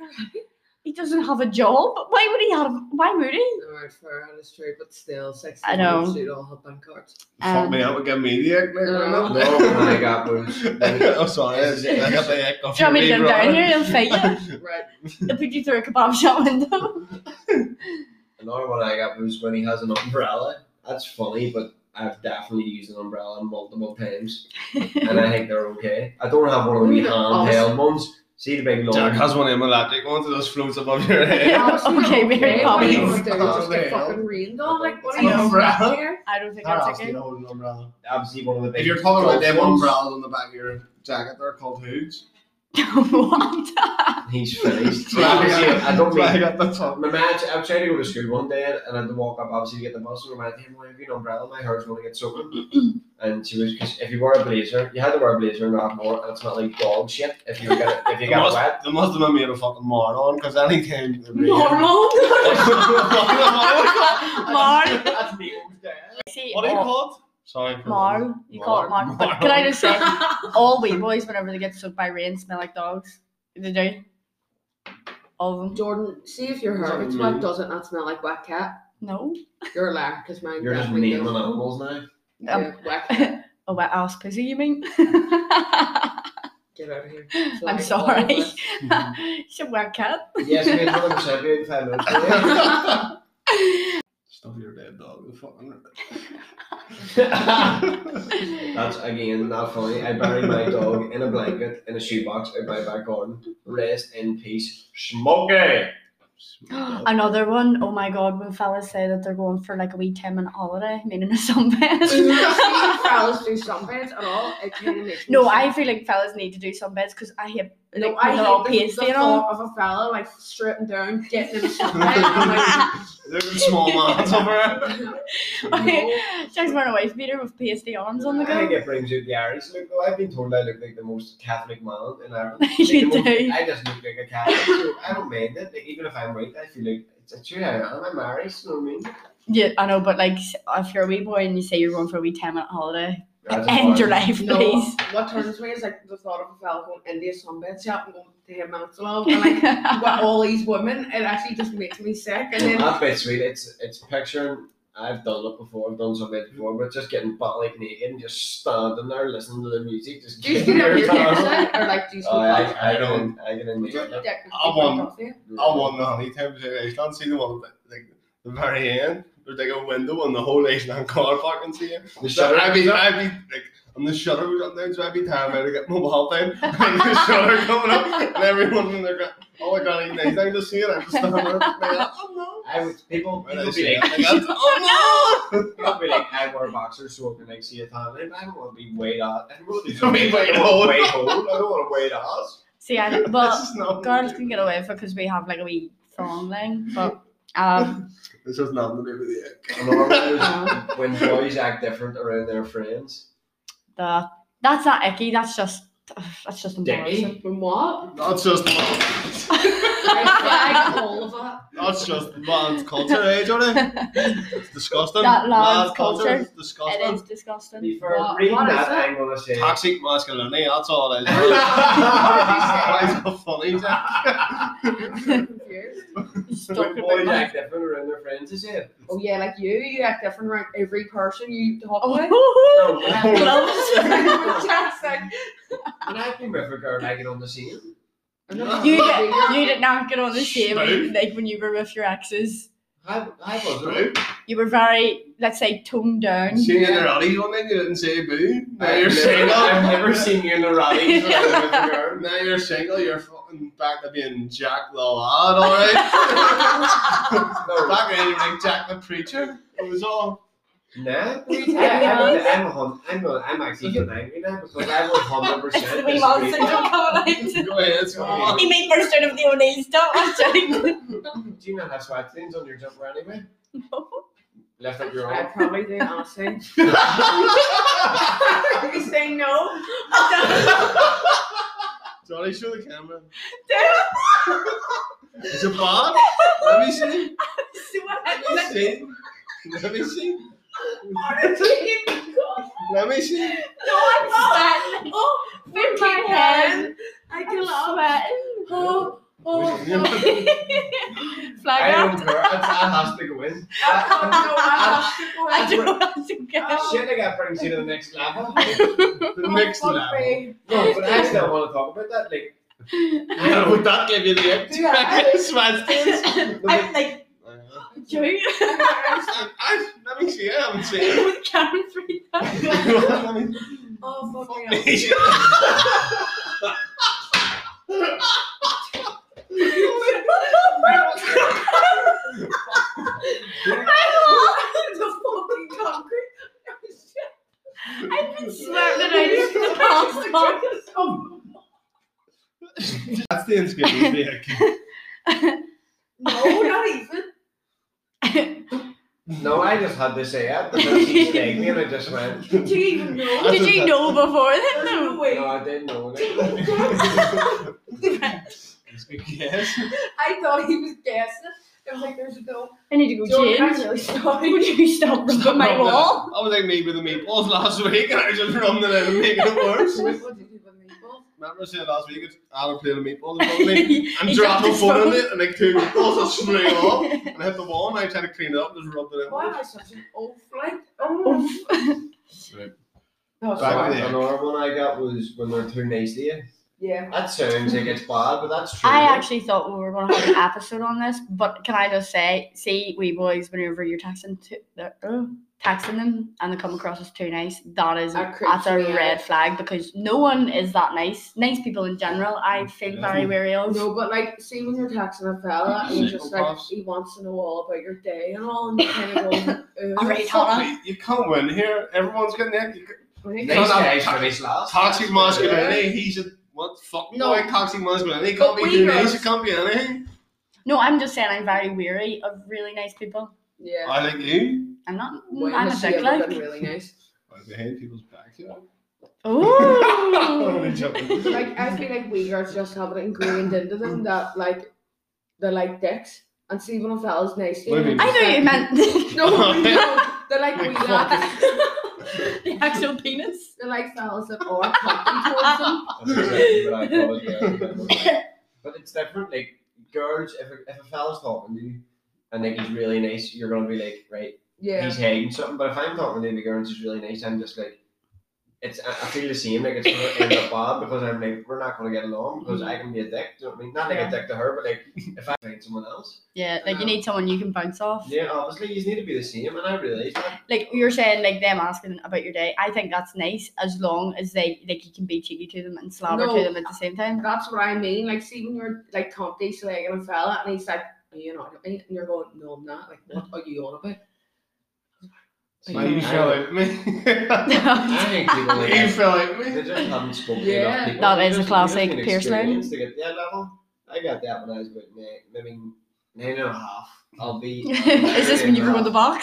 S2: He doesn't have a job. Why would he have? Why would he?
S3: Alright, fair, that's true, but still, sexy.
S2: I know.
S3: Should all have bank cards.
S1: Fuck
S2: Um,
S1: me up and give me the egg. mate, why
S3: No.
S1: not?
S4: No, when I got [LAUGHS] bruised.
S1: [LAUGHS] I'm sorry,
S4: This is it.
S1: I got the egg off
S2: Do you want me to
S1: your
S2: come
S1: knee,
S2: down
S1: brother.
S2: here? He'll fight you.
S3: Right.
S2: He'll put you through a kebab shop window. [LAUGHS]
S4: Another one I got was when he has an umbrella. That's funny, but I've definitely used an umbrella multiple times, and I think they're okay. I don't have one of the wee
S3: Yeah.
S4: handheld ones. See the big long.
S1: Jack has one of them elastic ones that just floats above your head.
S2: okay, Mary
S3: Hey, what are you
S2: Poppins.
S3: gonna do? Just get
S1: Oh, man.
S3: fucking rained on? Like, what are
S2: I
S3: you
S2: know,
S3: doing
S1: right?
S3: here?
S2: I don't think
S1: How
S2: I'm
S1: else do
S2: taking.
S1: you hold an umbrella?
S4: Obviously, one of the big.
S1: If you're talking about
S4: golf
S1: them
S4: ones,
S1: umbrellas on the back of your jacket, they're called hoods.
S4: [LAUGHS]
S2: [LAUGHS] what?
S4: he's
S1: [LAUGHS]
S4: finished.
S1: Right.
S4: Obviously, I don't
S1: Right
S4: mean.
S1: at the top.
S4: My man, I was trying to go to school one day, and I had to walk up obviously to get the bus, and my man said, "Well, if you an umbrella, my hair's going to get soaking." and she was, cause if you wore a blazer, you had to wear a blazer and not more, and it's not like dog shit if you get if you
S1: They
S4: got wet.
S1: must, they must have been made a fucking moron, because anytime the rain-
S2: [LAUGHS]
S3: Normal?
S1: [LAUGHS]
S2: Marl.
S4: That's me.
S2: See,
S1: [LAUGHS] What are you
S2: all-
S1: called? Sorry. for-
S2: Marl. You call it
S1: Marl.
S2: Marl. But can I just
S3: [LAUGHS]
S2: say, all wee boys, whenever they get soaked by rain, smell like dogs. They do. All of them.
S3: Jordan, see if your hair gets wet, does it not smell like wet cat?
S2: No.
S3: You're a lark, because mine
S4: You're just
S3: definitely
S4: naming
S3: does.
S4: animals now.
S3: [LAUGHS]
S2: Um,
S3: Yeah,
S2: [LAUGHS]
S3: wet cat.
S2: A wet ass pussy, you
S3: [LAUGHS]
S2: mean?
S3: Get out of here.
S2: [LAUGHS] I'm
S3: Like,
S2: sorry.
S3: all of us.
S2: [LAUGHS] She's a wet
S3: [LAUGHS]
S2: cat.
S4: Yes, we had one percent in five minutes. yeah.
S1: Stuff your dead dog. the fucking- [LAUGHS]
S4: That's again not funny. I buried my dog in a blanket in a shoebox in my back garden. Rest in peace, Smokey.
S2: Another one. Oh my god, when fellas say that they're going for like a wee 10 minute holiday, meaning a
S3: [LAUGHS] See
S2: sunbath.
S3: if
S2: [LAUGHS]
S3: fellas do sunbeds at all, it kind of makes me
S2: No,
S3: sick.
S2: I feel like fellas need to do some beds because I hate like,
S3: No,
S2: no,
S3: I
S2: I all
S3: hate the,
S2: pasty
S3: the
S2: and all.
S3: thought of a fella like stripping down, getting in a sunbed. I'm like,
S1: Look at the small man's over there.
S2: [LAUGHS]
S3: [LAUGHS]
S2: Jack's wearing a wife beater with pasty arms on the
S4: I think
S2: go.
S4: it brings out the Irish look. Though I've been told I look like the most Catholic man in Ireland. Like, the
S2: [LAUGHS] you
S4: most-
S2: do.
S4: I just look like a Catholic. So I don't mind it. Like, even if I'm white, I feel like it's actually I am. I'm Irish. You know what I mean?
S2: Yeah, I know, but like s- if you're a wee boy and you say you're going for a wee 10 minute holiday,
S4: That's a
S2: end your
S4: bar.
S2: life,
S3: No,
S2: please.
S3: what turns me is like the thought of a fella going into a sunbed shop and going to him minutes love and
S2: [LAUGHS]
S3: like with all these women, it actually just makes me sick. And then
S4: [LAUGHS] That's bit sweet. It's it's picturing. I've done it before. I've done some of it before, but just getting butt like naked and just standing there listening to the music. Just
S3: do you
S4: getting
S3: get out
S4: your
S3: your
S4: time.
S3: dick out? Or like do you
S4: Oh,
S3: smoke
S4: [LAUGHS] I, I don't. I get in
S3: Would your
S4: there.
S3: dick
S1: I
S3: be
S1: want-
S3: cut off here?
S1: I won the honey temperature Iceland. See the one at the- like the very end. There's like a window on the whole Iceland [LAUGHS] car park and see it.
S4: The
S1: So
S4: shutter.
S1: I'd be, I'd be like, and the shutter was up there, so I'd be terrified to get mobile
S4: [LAUGHS]
S1: phone. And the shutter coming up, and everyone in their gra- oh my god, like, I just see it. I'm just standing there,
S4: [LAUGHS]
S1: like, oh
S4: I would people.
S1: no. And
S4: people
S1: I
S4: would
S1: see
S4: be
S1: it.
S4: like,
S1: Like, that's- [LAUGHS] oh
S4: people be like, I wear boxers so I can like see a time. And I don't want to be weighed out. I don't want to
S1: Don't [LAUGHS] be
S4: be weighed
S1: weighed
S4: out.
S1: out.
S4: Weighed out. I don't want to weigh out.
S2: See, I
S1: no.
S2: well,
S1: This is not-
S2: girls can get away with it because we have like a wee thong thing, but um,
S1: This has nothing to do with the egg.
S4: Another one
S3: [LAUGHS]
S4: is when boys act different around their friends.
S2: the that's not icky, that's just that's just
S4: Dicky.
S2: embarrassing.
S3: From what?
S1: That's just.
S3: flag, [LAUGHS] all of it.
S1: That's just man's culture, eh,
S2: [LAUGHS]
S1: Johnny? It's disgusting.
S2: That man's culture.
S1: is
S2: It is
S1: disgusting.
S2: disgusting.
S4: Before
S3: What-
S4: reading
S3: what is
S4: that,
S3: that?
S4: I'm gonna say.
S1: Toxic masculinity, that's all it is. Why is
S4: Why
S1: it so funny, Jack?
S3: I'm confused.
S2: Stop it,
S4: boys
S2: man.
S4: act different around their friends
S3: [LAUGHS]
S4: is it?
S3: Oh yeah, like you, you act different around every person you
S2: [LAUGHS]
S3: talk with.
S2: Oh,
S4: No.
S1: [LAUGHS]
S2: Gloves.
S3: Jack's like,
S4: And I've been with a girl like it on the scene.
S3: I'm not
S2: you,
S3: gonna do
S2: did,
S3: that.
S2: you did not get on the same
S1: Smooth.
S2: like when you were with your exes.
S4: I, I wasn't.
S1: Boo.
S2: You were very, let's say, toned down.
S1: Seeing in the rallies one night, you didn't say boo. Now
S4: I've
S1: you're
S4: never-
S1: single.
S4: I've
S1: [LAUGHS]
S4: never seen you in a
S3: [LAUGHS]
S4: rally.
S1: Now you're single, you're fucking back to being Jack the Lad,
S2: [LAUGHS]
S1: alright?
S4: [LAUGHS] No.
S1: back when you were like Jack the Preacher. It was all.
S4: Nah.
S3: What are you
S4: I,
S3: talking about?
S4: I'm, I'm, a hum, I'm, a, I'm actually getting angry now because
S2: [LAUGHS]
S4: I was 100%
S2: It's the wee man syndrome coming
S4: disagree.
S1: [LAUGHS] Go
S2: out.
S1: ahead, let's go on.
S2: He made first out of the O'Neills, don't watch
S4: Do you not have sweat stains on your jumper anyway? Left up your
S3: I
S4: arm.
S3: probably do, [LAUGHS] honestly. you say no?
S1: Johnny, show the camera. Is it Bob? Let me see. Let me see. Let me see. Let me see.
S3: Oh,
S2: With my hand.
S3: I can love it.
S2: I'm
S3: Oh, oh, oh.
S1: I
S2: sweating. [LAUGHS]
S4: I
S2: Flag
S4: don't
S2: out.
S4: care. That's, that has to go
S3: [LAUGHS]
S4: in. That,
S3: I
S2: I don't want to go.
S4: shit like that brings you to the next
S3: [LAUGHS]
S4: level.
S1: The next level.
S4: No, but I still want to talk about that.
S3: [LAUGHS]
S4: Like,
S1: Yeah, would that give you the empty back?
S2: [LAUGHS] I'm like, Joe,
S1: Let me see. I haven't
S3: [LAUGHS]
S1: seen it.
S2: [LAUGHS] with Karen three
S1: [LAUGHS]
S2: times.
S4: [LAUGHS]
S1: Let me
S3: Oh, fuck me.
S1: Fuck me.
S3: the fucking concrete.
S2: I've been sweating it out for the past month.
S1: That's the inscription
S3: [LAUGHS]
S1: dick.
S3: No, not even.
S4: no, I just had to say
S3: [LAUGHS]
S4: it because he snagged me and I just went,
S3: Do you even know?
S1: That's
S2: Did you
S1: what-
S2: know before then?
S3: There's no
S2: No.
S3: way.
S4: no, I
S3: [LAUGHS]
S4: didn't know.
S1: Yes.
S3: I thought he was guessing. I was like, there's a no.
S2: I need to go
S3: Joe, I'm
S2: change.
S3: really
S2: Would
S3: sorry.
S2: you stop rubbing my wall?
S1: I was like me with the meatballs last week, and I just rummed it out and making it
S3: [LAUGHS]
S1: worse.
S3: What did you do with me? Well,
S1: Remember I said last week, it's Adam played a meatball in front of me.
S2: I'm
S3: [LAUGHS]
S1: And dropped my phone in it, and like two meatballs just flew
S2: [LAUGHS]
S1: off. And I hit the wall, and I tried to clean it up and just rubbed it
S3: Why
S1: out.
S3: am I such an old flight? Oh, no,
S1: Back
S3: sorry.
S1: there.
S4: Another one I got was when they're too nice to you.
S3: Yeah.
S4: That sounds like it's bad, but that's true.
S2: I actually thought we were going to have an episode on this, but can I just say, see, we boys, whenever you're texting, to, they're, uh, texting them and they come across as too nice, that is
S3: That creeps
S2: that's a
S3: me out.
S2: red flag because no one is that nice. Nice people in general, I feel very wary of.
S3: No, but like, see, when you're texting a fella and you're just like,
S1: Psychopaths.
S3: he wants to know all about your day and all, and you
S2: [LAUGHS]
S3: kind of go,
S2: All right,
S1: Fuck
S2: Hannah.
S1: me, You can't win here. Everyone's getting it. You can't-
S3: Right.
S4: Nice guys finish last.
S1: Toxic masculinity. He's a what? Fuck
S3: No.
S1: boy. Toxic masculinity. You
S3: But
S1: can't be
S3: we
S1: too nice.
S3: girls-
S1: You can't be anything.
S2: No, I'm just saying I'm very weary of really nice people.
S3: Yeah.
S1: I like you.
S2: I'm not,
S3: When
S2: I'm a
S3: has she
S2: dick
S3: ever
S2: like.
S3: been really nice?
S1: Right behind people's backs. Yeah. I'm only
S2: [LAUGHS] Ooh.
S1: joking.
S3: Like, I feel like we girls just have it ingrained into them that, like, they're like dicks. And see, when a fella's nice, to
S1: What do you
S3: you
S1: mean?
S2: I thought you meant [LAUGHS]
S3: [LAUGHS] No,
S1: [LAUGHS]
S3: no, they're like we
S1: Like,
S3: lads.
S2: the actual penis.
S3: They're like fellas that are cocky towards
S1: [LAUGHS]
S3: them.
S4: That's exactly what I thought, yeah. But it's different. Like girls, if a, if a fella's talking to you and like he's really nice, you're gonna be like, right,
S3: Yeah.
S4: he's hiding something. But if I'm talking to the girl and she's really nice, I'm just like, it's. I I feel the same. Like it's gonna end up bad because I'm like, we're not gonna get along because I can be a dick. Do you know what I mean? Not like
S2: Yeah.
S4: a dick to her, but like if I find someone else,
S2: Yeah, like you need someone you can bounce off.
S4: yeah, obviously you need to be the same. And I realize that.
S2: like you're saying like them asking about your day i think that's nice as long as they like you can be cheeky to them and slobber
S3: No.
S2: to them at the same time
S3: That's what I mean. Like, see, when you're like cocky slagging a fella and he's like, Are you not at me? And you're going, No, I'm not. Like, what are you on about?
S1: Now you fell out with [LAUGHS] me.
S4: I
S2: that
S4: think people like
S1: [LAUGHS] you fell out with
S4: They
S1: me.
S4: just haven't spoken
S3: Yeah.
S4: enough people.
S2: That
S4: They
S2: is a
S4: just-
S2: classic
S4: they just need
S2: Pierce
S4: experience to get that level. I got that when I was about nine, maybe nine and a half. I'll
S2: [LAUGHS]
S4: be.
S2: [LAUGHS] is this when you were in the box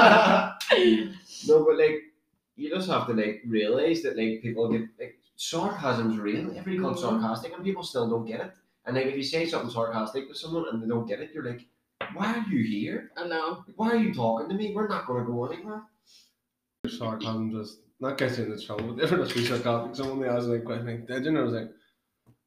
S4: [LAUGHS] no, but like you just have to like
S2: Mm-hmm.
S4: realize that like people get like sarcasm's real. Everybody calls sarcastic, and people still don't get it. And like if you say something sarcastic to someone and they don't get it, you're like, why are you here?
S3: I know.
S4: Like, why are you talking to me? We're not going to go anywhere.
S1: sarcasm just not gets you into trouble. But different just be sarcastic. Someone asks like question like did you know? I was like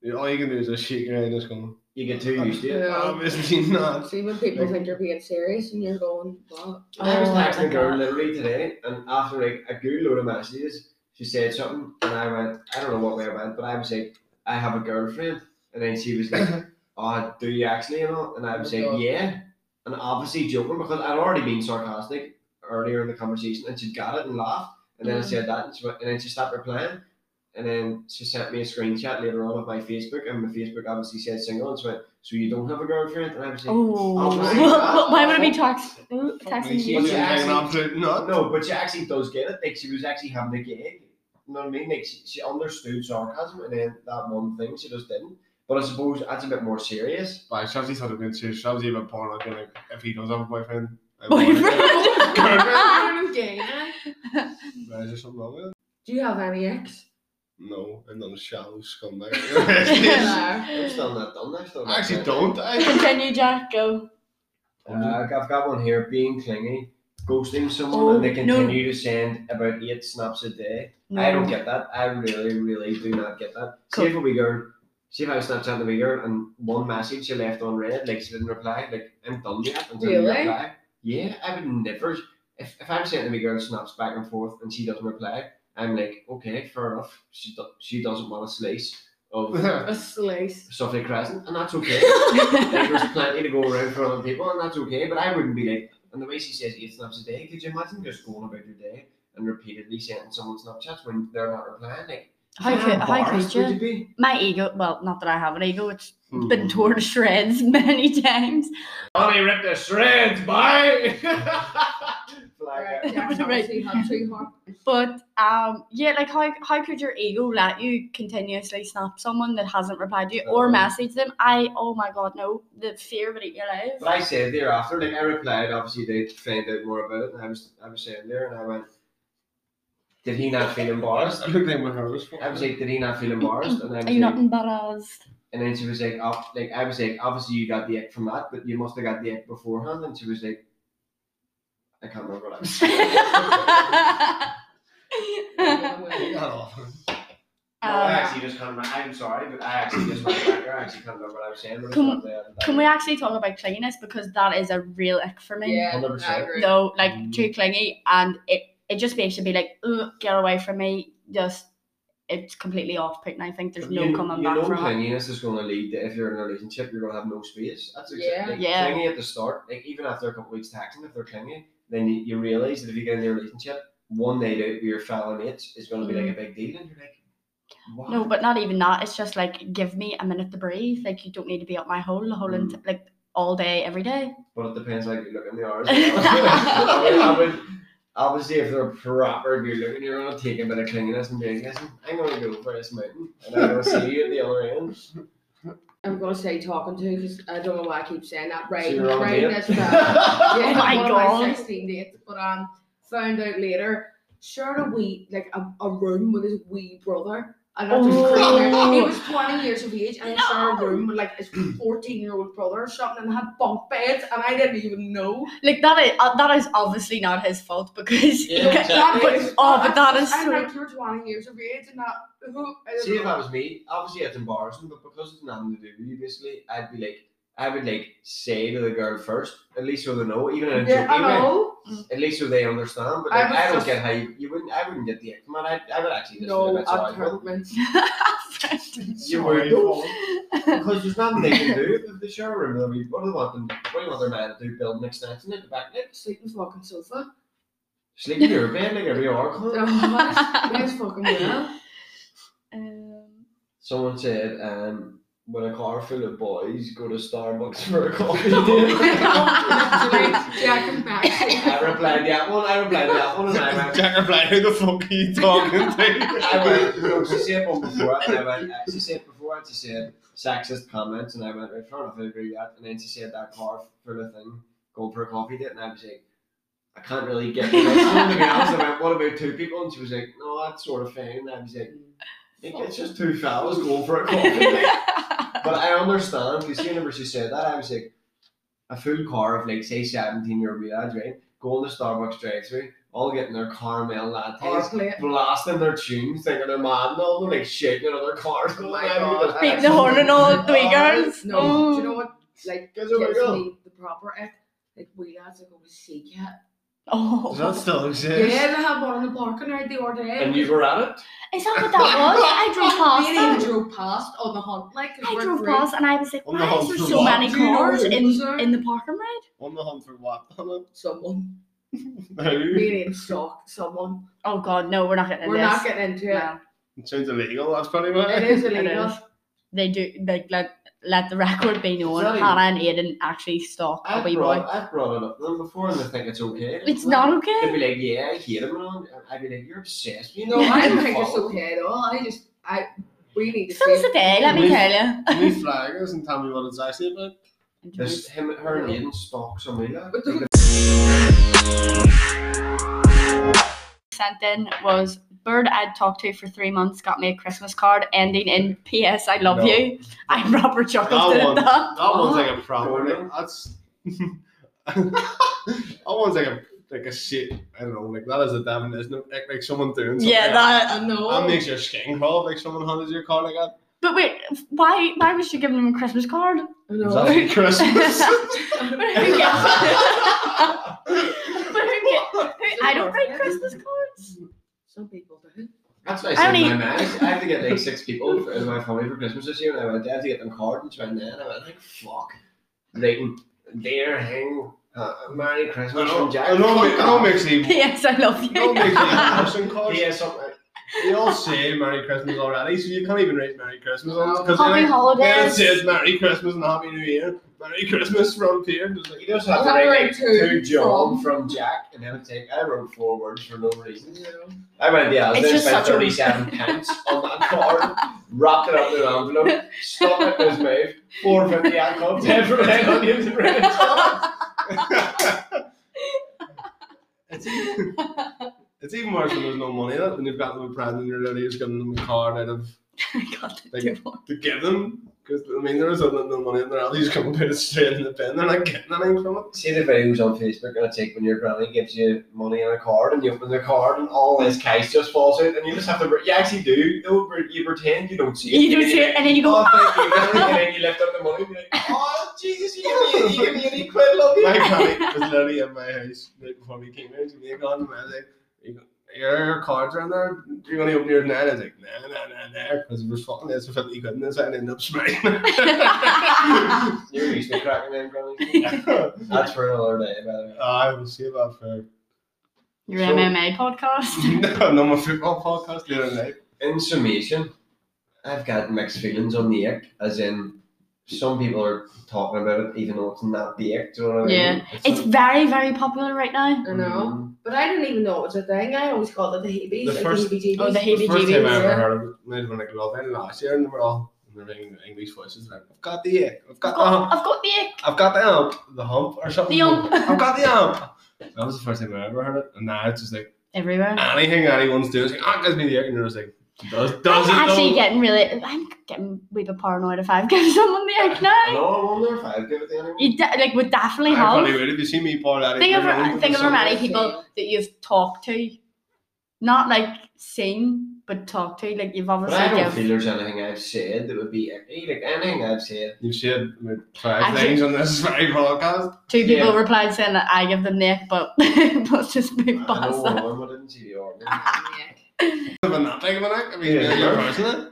S1: you- all you can do is just shake your head and just go.
S4: You get too used to it.
S3: Yeah.
S1: Obviously not.
S3: See when people think you're being serious and you're going,
S2: [LAUGHS]
S3: what?
S4: I was
S2: Oh,
S4: texting a
S2: like
S4: girl
S2: that.
S4: literally today, and after like a good load of messages, she said something, and I went, I don't know what way I went, but I was like, I have a girlfriend, and then she
S1: [COUGHS]
S4: was like, Oh, do you actually? And, all? and I was
S3: Oh my
S4: like,
S3: God.
S4: Yeah, and obviously joking because I'd already been sarcastic earlier in the conversation, and she got it and laughed, and then I said that, and, she went, and then she stopped replying. And then she sent me a screenshot later on of my Facebook, and my Facebook obviously said single, and she went, "So you don't have a girlfriend?" And I was like,
S2: [LAUGHS] Oh,
S4: my God.
S2: why would it be tax- texting
S1: She
S2: you?
S4: But
S1: was like
S4: you
S1: an
S4: actually-
S1: absolute nut.
S4: No, but she actually does get it. Like she was actually having a gig. You know what I mean? Like she, she understood sarcasm, and then that one thing she just didn't. But I suppose that's a bit more serious.
S1: [SIGHS] Like Shabsy had a good shit. Shabsy even porn like, like if he does have a boyfriend. I want it.
S2: Boyfriend.
S3: I'm gay.
S1: But Is there something wrong with it?
S3: Do you have any ex?
S1: No, I'm not a shallow [LAUGHS] scumbag.
S3: Yeah.
S4: I'm still not done. I'm still not
S1: I actually
S4: done.
S1: don't. I [LAUGHS]
S2: Continue, Jack. Go.
S4: Uh, I've got one here. Being clingy, ghosting someone,
S2: Oh,
S4: and they
S2: no.
S4: continue to send about eight snaps a day. I don't get that. I really, really do not get that. See if a wee girl, see if I was Snapchatting a wee girl, and one message she left on red, like she didn't reply. Like I'm done with that until you
S3: Really?
S4: reply. Yeah, I would never. If, if I'm sending a wee girl snaps back and forth and she doesn't reply, I'm like, okay, fair enough. She do, she doesn't want a slice
S1: [LAUGHS]
S4: of
S3: A slice.
S4: Suffolk Crescent, and that's okay.
S2: [LAUGHS]
S4: Like, [LAUGHS] there's plenty to go around for other people, and that's okay. But I wouldn't be like, and the way she says eight snaps a day, could you imagine just going about your day and repeatedly sending someone Snapchats when they're not replying? Like,
S2: How
S4: how
S2: could, how could
S4: embarrassed would
S2: you?
S4: be? [LAUGHS]
S2: My ego, well, not that I have an ego, it's been
S1: Hmm.
S2: torn to shreds [LAUGHS] many times.
S1: Johnny ripped the shreds, bye.
S4: Flag out.
S2: Right.
S3: Obviously had two
S2: [LAUGHS]
S3: hot-
S2: But um, yeah, like how how could your ego let you continuously snap someone that hasn't replied to you or
S4: Um,
S2: message them? I oh my god, no, the fear of it eat your life.
S4: But I said thereafter, like I replied, obviously they found out more about it, and I was, I was sitting there, and I went, did he not feel
S2: [LAUGHS]
S4: embarrassed?
S1: I looked like my hair was full.
S4: I was like, did he not feel embarrassed? And I was
S2: Are you
S4: like,
S2: not
S4: [LAUGHS]
S2: embarrassed? [LAUGHS]
S4: And then she was like, oh, like I was like, obviously you got the ick from that, but you must have got the ick beforehand. And she was like, I can't remember what I was
S2: um,
S4: no, I actually just can't remember. I'm sorry, but I actually [LAUGHS] just went back there. I actually can't remember what I was saying. But
S2: Can-
S4: it's not there.
S2: can we actually talk about clinginess because that is a real ick for me.
S3: Yeah, I
S4: 100%.
S3: agree.
S2: No, like
S4: Mm.
S2: too clingy, and it it just makes you be like, Ugh, get away from me. Just it's completely off putting. I think there's no
S4: you,
S2: coming
S4: you
S2: back
S4: know
S2: from it.
S4: clinginess is going to lead to if you're in a relationship, you're going to have no space. That's
S3: Yeah.
S4: exactly like,
S2: Yeah.
S4: clingy at the start. Like even after a couple weeks taxing, if they're clingy, then you, you realize that if you get in a relationship, one night out with your fellow mates is going to be like a big deal, and you're like, what?
S2: No, but not even that. It's just like give me a minute to breathe. Like you don't need to be up my hole the whole
S3: Mm.
S2: ent- like all day every day.
S4: But it depends how you look in the hours. I would,
S3: [LAUGHS]
S4: I would, [LAUGHS] obviously, if they're proper good looking, you're going to take a bit of clinginess and be like, listen, I'm going to go for this mountain and I'm going to see you at the
S3: [LAUGHS]
S4: other end.
S3: I'm gonna say talking to because I don't know why I keep saying that.
S4: So
S3: Right,
S4: you're on a
S3: right.
S4: date.
S3: That's bad. yeah,
S2: Oh my
S3: one Of
S2: God.
S3: my sixteen dates, but um, found out later. Shared a wee like a, a room with his wee brother. And I just
S2: Oh.
S3: couldn't- he was
S2: [LAUGHS]
S3: 20 years of age and I shared
S2: No.
S3: a room with like his 14 year old brother or something and had bunk beds and I didn't even know.
S2: Like that is uh, that is obviously not his fault because [LAUGHS]
S4: Yeah,
S2: yeah,
S4: exactly.
S2: but, oh, but that is
S3: I'm
S2: so.
S3: like, you're 20 years of age and that. Who, I don't
S4: See, if
S3: know.
S4: that was me, obviously it's embarrassing, but because it's nothing to do with you, basically, I'd be like, I would like say to the girl first, at least so they know, even in a
S3: yeah, I
S4: joking way,
S3: know.
S4: at least so they understand. But
S3: I
S4: like,
S3: was
S4: I, don't
S3: just-
S4: get how you, you wouldn't, I wouldn't get the comment. I, I would actually just
S3: No,
S4: admit, so I would.
S3: apartments.
S4: You
S1: Sorry,
S4: were-
S1: Paul.
S4: Because there's nothing they can do. If the shower room, they'll be, what do they want them? What do you want their man to do? Build an extension at the back next?
S3: Sleep on the fucking sofa.
S4: Sleep in your bed like every hour. huh?
S2: [LAUGHS]
S3: Oh, that's fucking well. [LAUGHS]
S2: Um,
S4: Someone said, um, when a car full of boys go to Starbucks for a coffee date.
S3: [LAUGHS] Jack
S2: [LAUGHS]
S3: and Baxter.
S4: I replied that one. I replied that one,
S1: [LAUGHS]
S4: and I went.
S1: Jack replied, "Who the fuck are you talking
S4: I went. No,
S1: to?"
S4: she said one before, and I went. uh, She said before, and she said sexist comments, and I went right front. I agree with that, and then she said that car full of thing going for a coffee date, and I was like. I can't really get this. to be honest, I went, what about two people? And she was like, Um,
S2: [LAUGHS]
S4: no, that's sort of fine. And I was like, Like, it's just two fellas going for a coffee. Like, but But I understand, because see, whenever she said that, I was like, a full car of like, say, 17 year old lads, right? Going to Starbucks drive through, all getting their caramel
S3: Or
S4: lattes,
S3: play it.
S4: blasting their tunes, thinking they're mad and all, they're like shaking in other cars. [LAUGHS]
S3: Oh my God.
S2: Beating
S3: [LAUGHS]
S2: the horn and all, the wee girls.
S3: No,
S2: Oh.
S3: do you know what? Like,
S4: Guys,
S3: gives
S4: oh my God.
S3: me the proper act. Like, we lads like go to sea cat.
S2: Oh.
S4: still
S3: Yeah, they had one in the parking right the other day. [LAUGHS]
S4: And you were at it?
S2: Is that what that was? I drove past
S3: Really,
S2: that.
S3: drove past on the hunt. Like,
S2: I drove past and I was like,
S1: On the
S2: why is
S1: hunt
S2: there
S1: for
S2: so
S1: what?
S2: many
S3: Do you know
S2: cars
S3: what it
S2: in,
S3: was, sir?
S2: in the parking ride?
S1: On the hunt for what? Hannah?
S3: Someone.
S1: Who?
S3: We need to stalk someone.
S2: Oh god, no, we're not getting
S3: We're
S2: this.
S3: not getting into it.
S2: No.
S1: It sounds illegal. That's probably why.
S3: It
S2: [LAUGHS]
S3: is
S2: It
S3: illegal.
S2: is. They do like let let the [LAUGHS] record be known.
S4: Sorry.
S2: Hannah and Aiden actually stalk a
S4: I've
S2: wee boy.
S4: brought, I've brought it up to them before and they think it's okay.
S2: It's not
S4: They'd
S2: okay.
S4: be like, yeah, I hate him. And I'd be like, you're obsessed. You know,
S3: No, [LAUGHS] I don't think
S4: fuck
S3: it's
S4: him.
S3: okay at all. I just, I, we need to
S2: So is
S3: see.
S2: the day, let me
S1: We've-
S2: tell you.
S1: Can you flag us and tell me what it's actually about?
S4: This him, her, and Aiden stalk somebody. Like,
S3: But
S4: that.
S2: Sent in was bird I'd talked to for three months got me a Christmas card ending in PS I love
S4: No.
S2: you. I proper chuckled
S1: That
S2: at
S1: one.
S2: [LAUGHS] that.
S1: That one's like a problem.
S4: Gordon.
S1: That's [LAUGHS] that one's like a like a shit. I don't know. Like that is a definition of like, like someone doing something.
S2: Yeah,
S1: like
S2: that
S3: I know.
S1: that makes your skin crawl. Like someone handed you a car like that.
S2: But wait, why why was she giving him a Christmas card? [LAUGHS]
S3: I know.
S1: Is
S3: [LAUGHS]
S1: that like Christmas?
S2: but [LAUGHS] who gets But who gets- who- I don't write Christmas cards.
S3: Some people do.
S4: That's what I
S2: I
S4: said
S2: don't
S4: in my
S2: eat-
S4: mind. I have to get
S3: [LAUGHS]
S4: like six people for, in my family for Christmas this year, and I went, I have to get them cards right now. And I went, like, fuck. Leighton, dear Hang, uh, Merry
S1: I
S4: Christmas
S1: know.
S4: from Jack.
S1: I know. ma- I know. Makes
S2: [LAUGHS]
S1: me.
S2: P.S. I love
S1: I know. Makes me
S2: you.
S1: embarrassing cards.
S4: Yeah, uh, something.
S1: They all say Merry Christmas already, so you can't even write Merry Christmas on it, 'cause
S2: [LAUGHS]
S1: then
S2: Happy
S1: it- Then it
S2: holidays.
S1: says Merry Christmas and Happy New Year. Merry Christmas from Pierre. Just
S4: [LAUGHS]
S1: like,
S4: You just have to
S3: I'll
S4: make
S3: write
S4: like
S3: two
S4: two John from Jack, and then take. I wrote four words for no reason.
S3: You know. [LAUGHS]
S4: I went, yeah, I
S2: It's
S4: was
S2: just
S4: spent
S2: such a- [LAUGHS]
S4: 37 pence on that card, wrapped it up in an envelope, stuck it in his mouth,
S2: [LAUGHS]
S4: 450 alcohol, 10 for 10 onions and bread.
S1: It's even, it's even worse when there's no money in it, and you've got them a present, and you're literally just giving them a card out of
S2: [LAUGHS] I got the
S1: Thank
S2: two more.
S1: to give them. Because I mean, there is no no money in there. At least come put it straight in the bin. They're not getting anything from it.
S4: See the videos on Facebook and I take when your granny gives you money in a card and you open the card and all this cash just falls out and you just have to, pre- you actually do, you, know, pre- you pretend you don't see it.
S2: You don't see it, and then you go,
S4: Oh,
S2: [LAUGHS]
S4: thank you, granny, and then you lift up the money and you're like, oh, Jesus, you give me, you give me an equal, love you.
S1: My granny was literally in my house right before we came here. She came on and I was like, "You- your cards are in there. Do you want to open yours now? And I was like, nah, nah, nah, nah. Because we were fucking this, we felt you couldn't this, and I ended up smiling. [LAUGHS]
S4: You're used to cracking
S1: [LAUGHS]
S4: in, granny. That's for another day, by the way.
S1: I will save that for
S2: [LAUGHS] Your
S1: So-
S2: MMA
S1: Mm-hmm.
S2: podcast.
S1: [LAUGHS] no, my football podcast later in life.
S4: in summation, I've got mixed feelings on the ick, as in some people are talking about it even though it's not the ick. Do you know what I mean? Mm-hmm.
S2: Yeah. It's very, very popular right now.
S3: I know. But I didn't even know it was a thing. I always called it the heebies.
S1: The
S3: like
S1: first-
S3: heebie
S2: Oh, the
S1: The first
S2: heebie-jeebies.
S1: time I ever
S3: yeah.
S1: [LAUGHS] heard of it, might have been like Love Island last year, and they were all in their Eng- English voices like, I've got the ick, I've
S2: I've
S1: got Oh, the hump,
S2: got, I've got the ick.
S1: I've got the hump, the hump or something.
S2: The hump.
S1: I've got the hump. That was the first time I ever heard it, and now it's just like
S2: Everywhere.
S1: anything anyone's doing, it's like, ah, it gives me the ick, and they're just like, does does
S2: I'm
S1: it
S2: actually
S1: though?
S2: getting really, I'm getting a wee bit paranoid if I've [LAUGHS] given someone the ick now.
S4: I know, I wonder if I'd give it to anyone.
S2: You de- like would definitely
S1: I
S2: have.
S1: probably would if you see me pour that.
S2: Think
S1: in
S2: of
S1: your room
S2: think
S1: for
S2: of how many
S3: somewhere.
S2: people that you've talked to, not like seen but talked to. Like you've
S4: But
S2: obviously
S4: I don't
S2: given.
S4: feel there's anything I've said that would be icky. Like anything I've said.
S1: You've said about five
S2: Actually-
S1: things on this [LAUGHS] very podcast.
S2: Two people
S4: Yeah.
S2: replied saying that I give them the ick, but [LAUGHS] let's just move
S4: I
S2: past
S4: know
S2: that.
S4: one, but I didn't see the other one.
S1: I've been that big of an ick. I mean,
S4: Yeah.
S1: yeah, you're personally.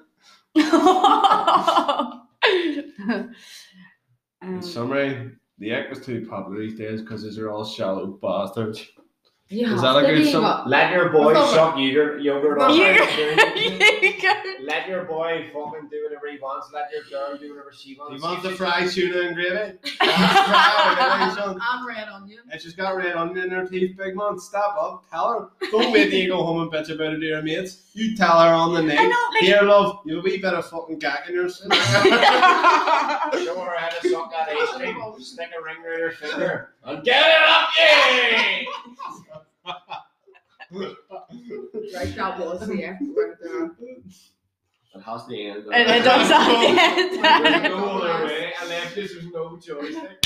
S1: In
S2: um,
S1: summary, the ick was too popular these days because these are all shallow bastards.
S3: Yeah.
S1: Is that a good sum-
S4: Let your boy
S1: That's not
S4: suck yogurt, yogurt on
S2: Yogurt.
S4: my
S2: [LAUGHS] you go.
S4: Let your boy fucking do whatever he wants. Let your girl do whatever she wants.
S1: You want the fried tuna and
S2: [LAUGHS]
S1: gravy? Fried tuna and gravy, son.
S3: I'm red onion.
S1: If she's got red onion in her teeth, big man, stop up, tell her. Don't wait till you go home and bitch about it to your mates. You tell her on the
S2: I
S1: night.
S2: know, [LAUGHS] like,
S1: Here, love, you have a wee bit of fucking gag in your
S4: Show her how to suck that ice cream. Stick a ring around her finger. And get it up, yay!
S3: Right, that was the F word there.
S4: It has to end.
S2: [LAUGHS] And it does at the end.
S4: There's no other way, unless there's no joystick.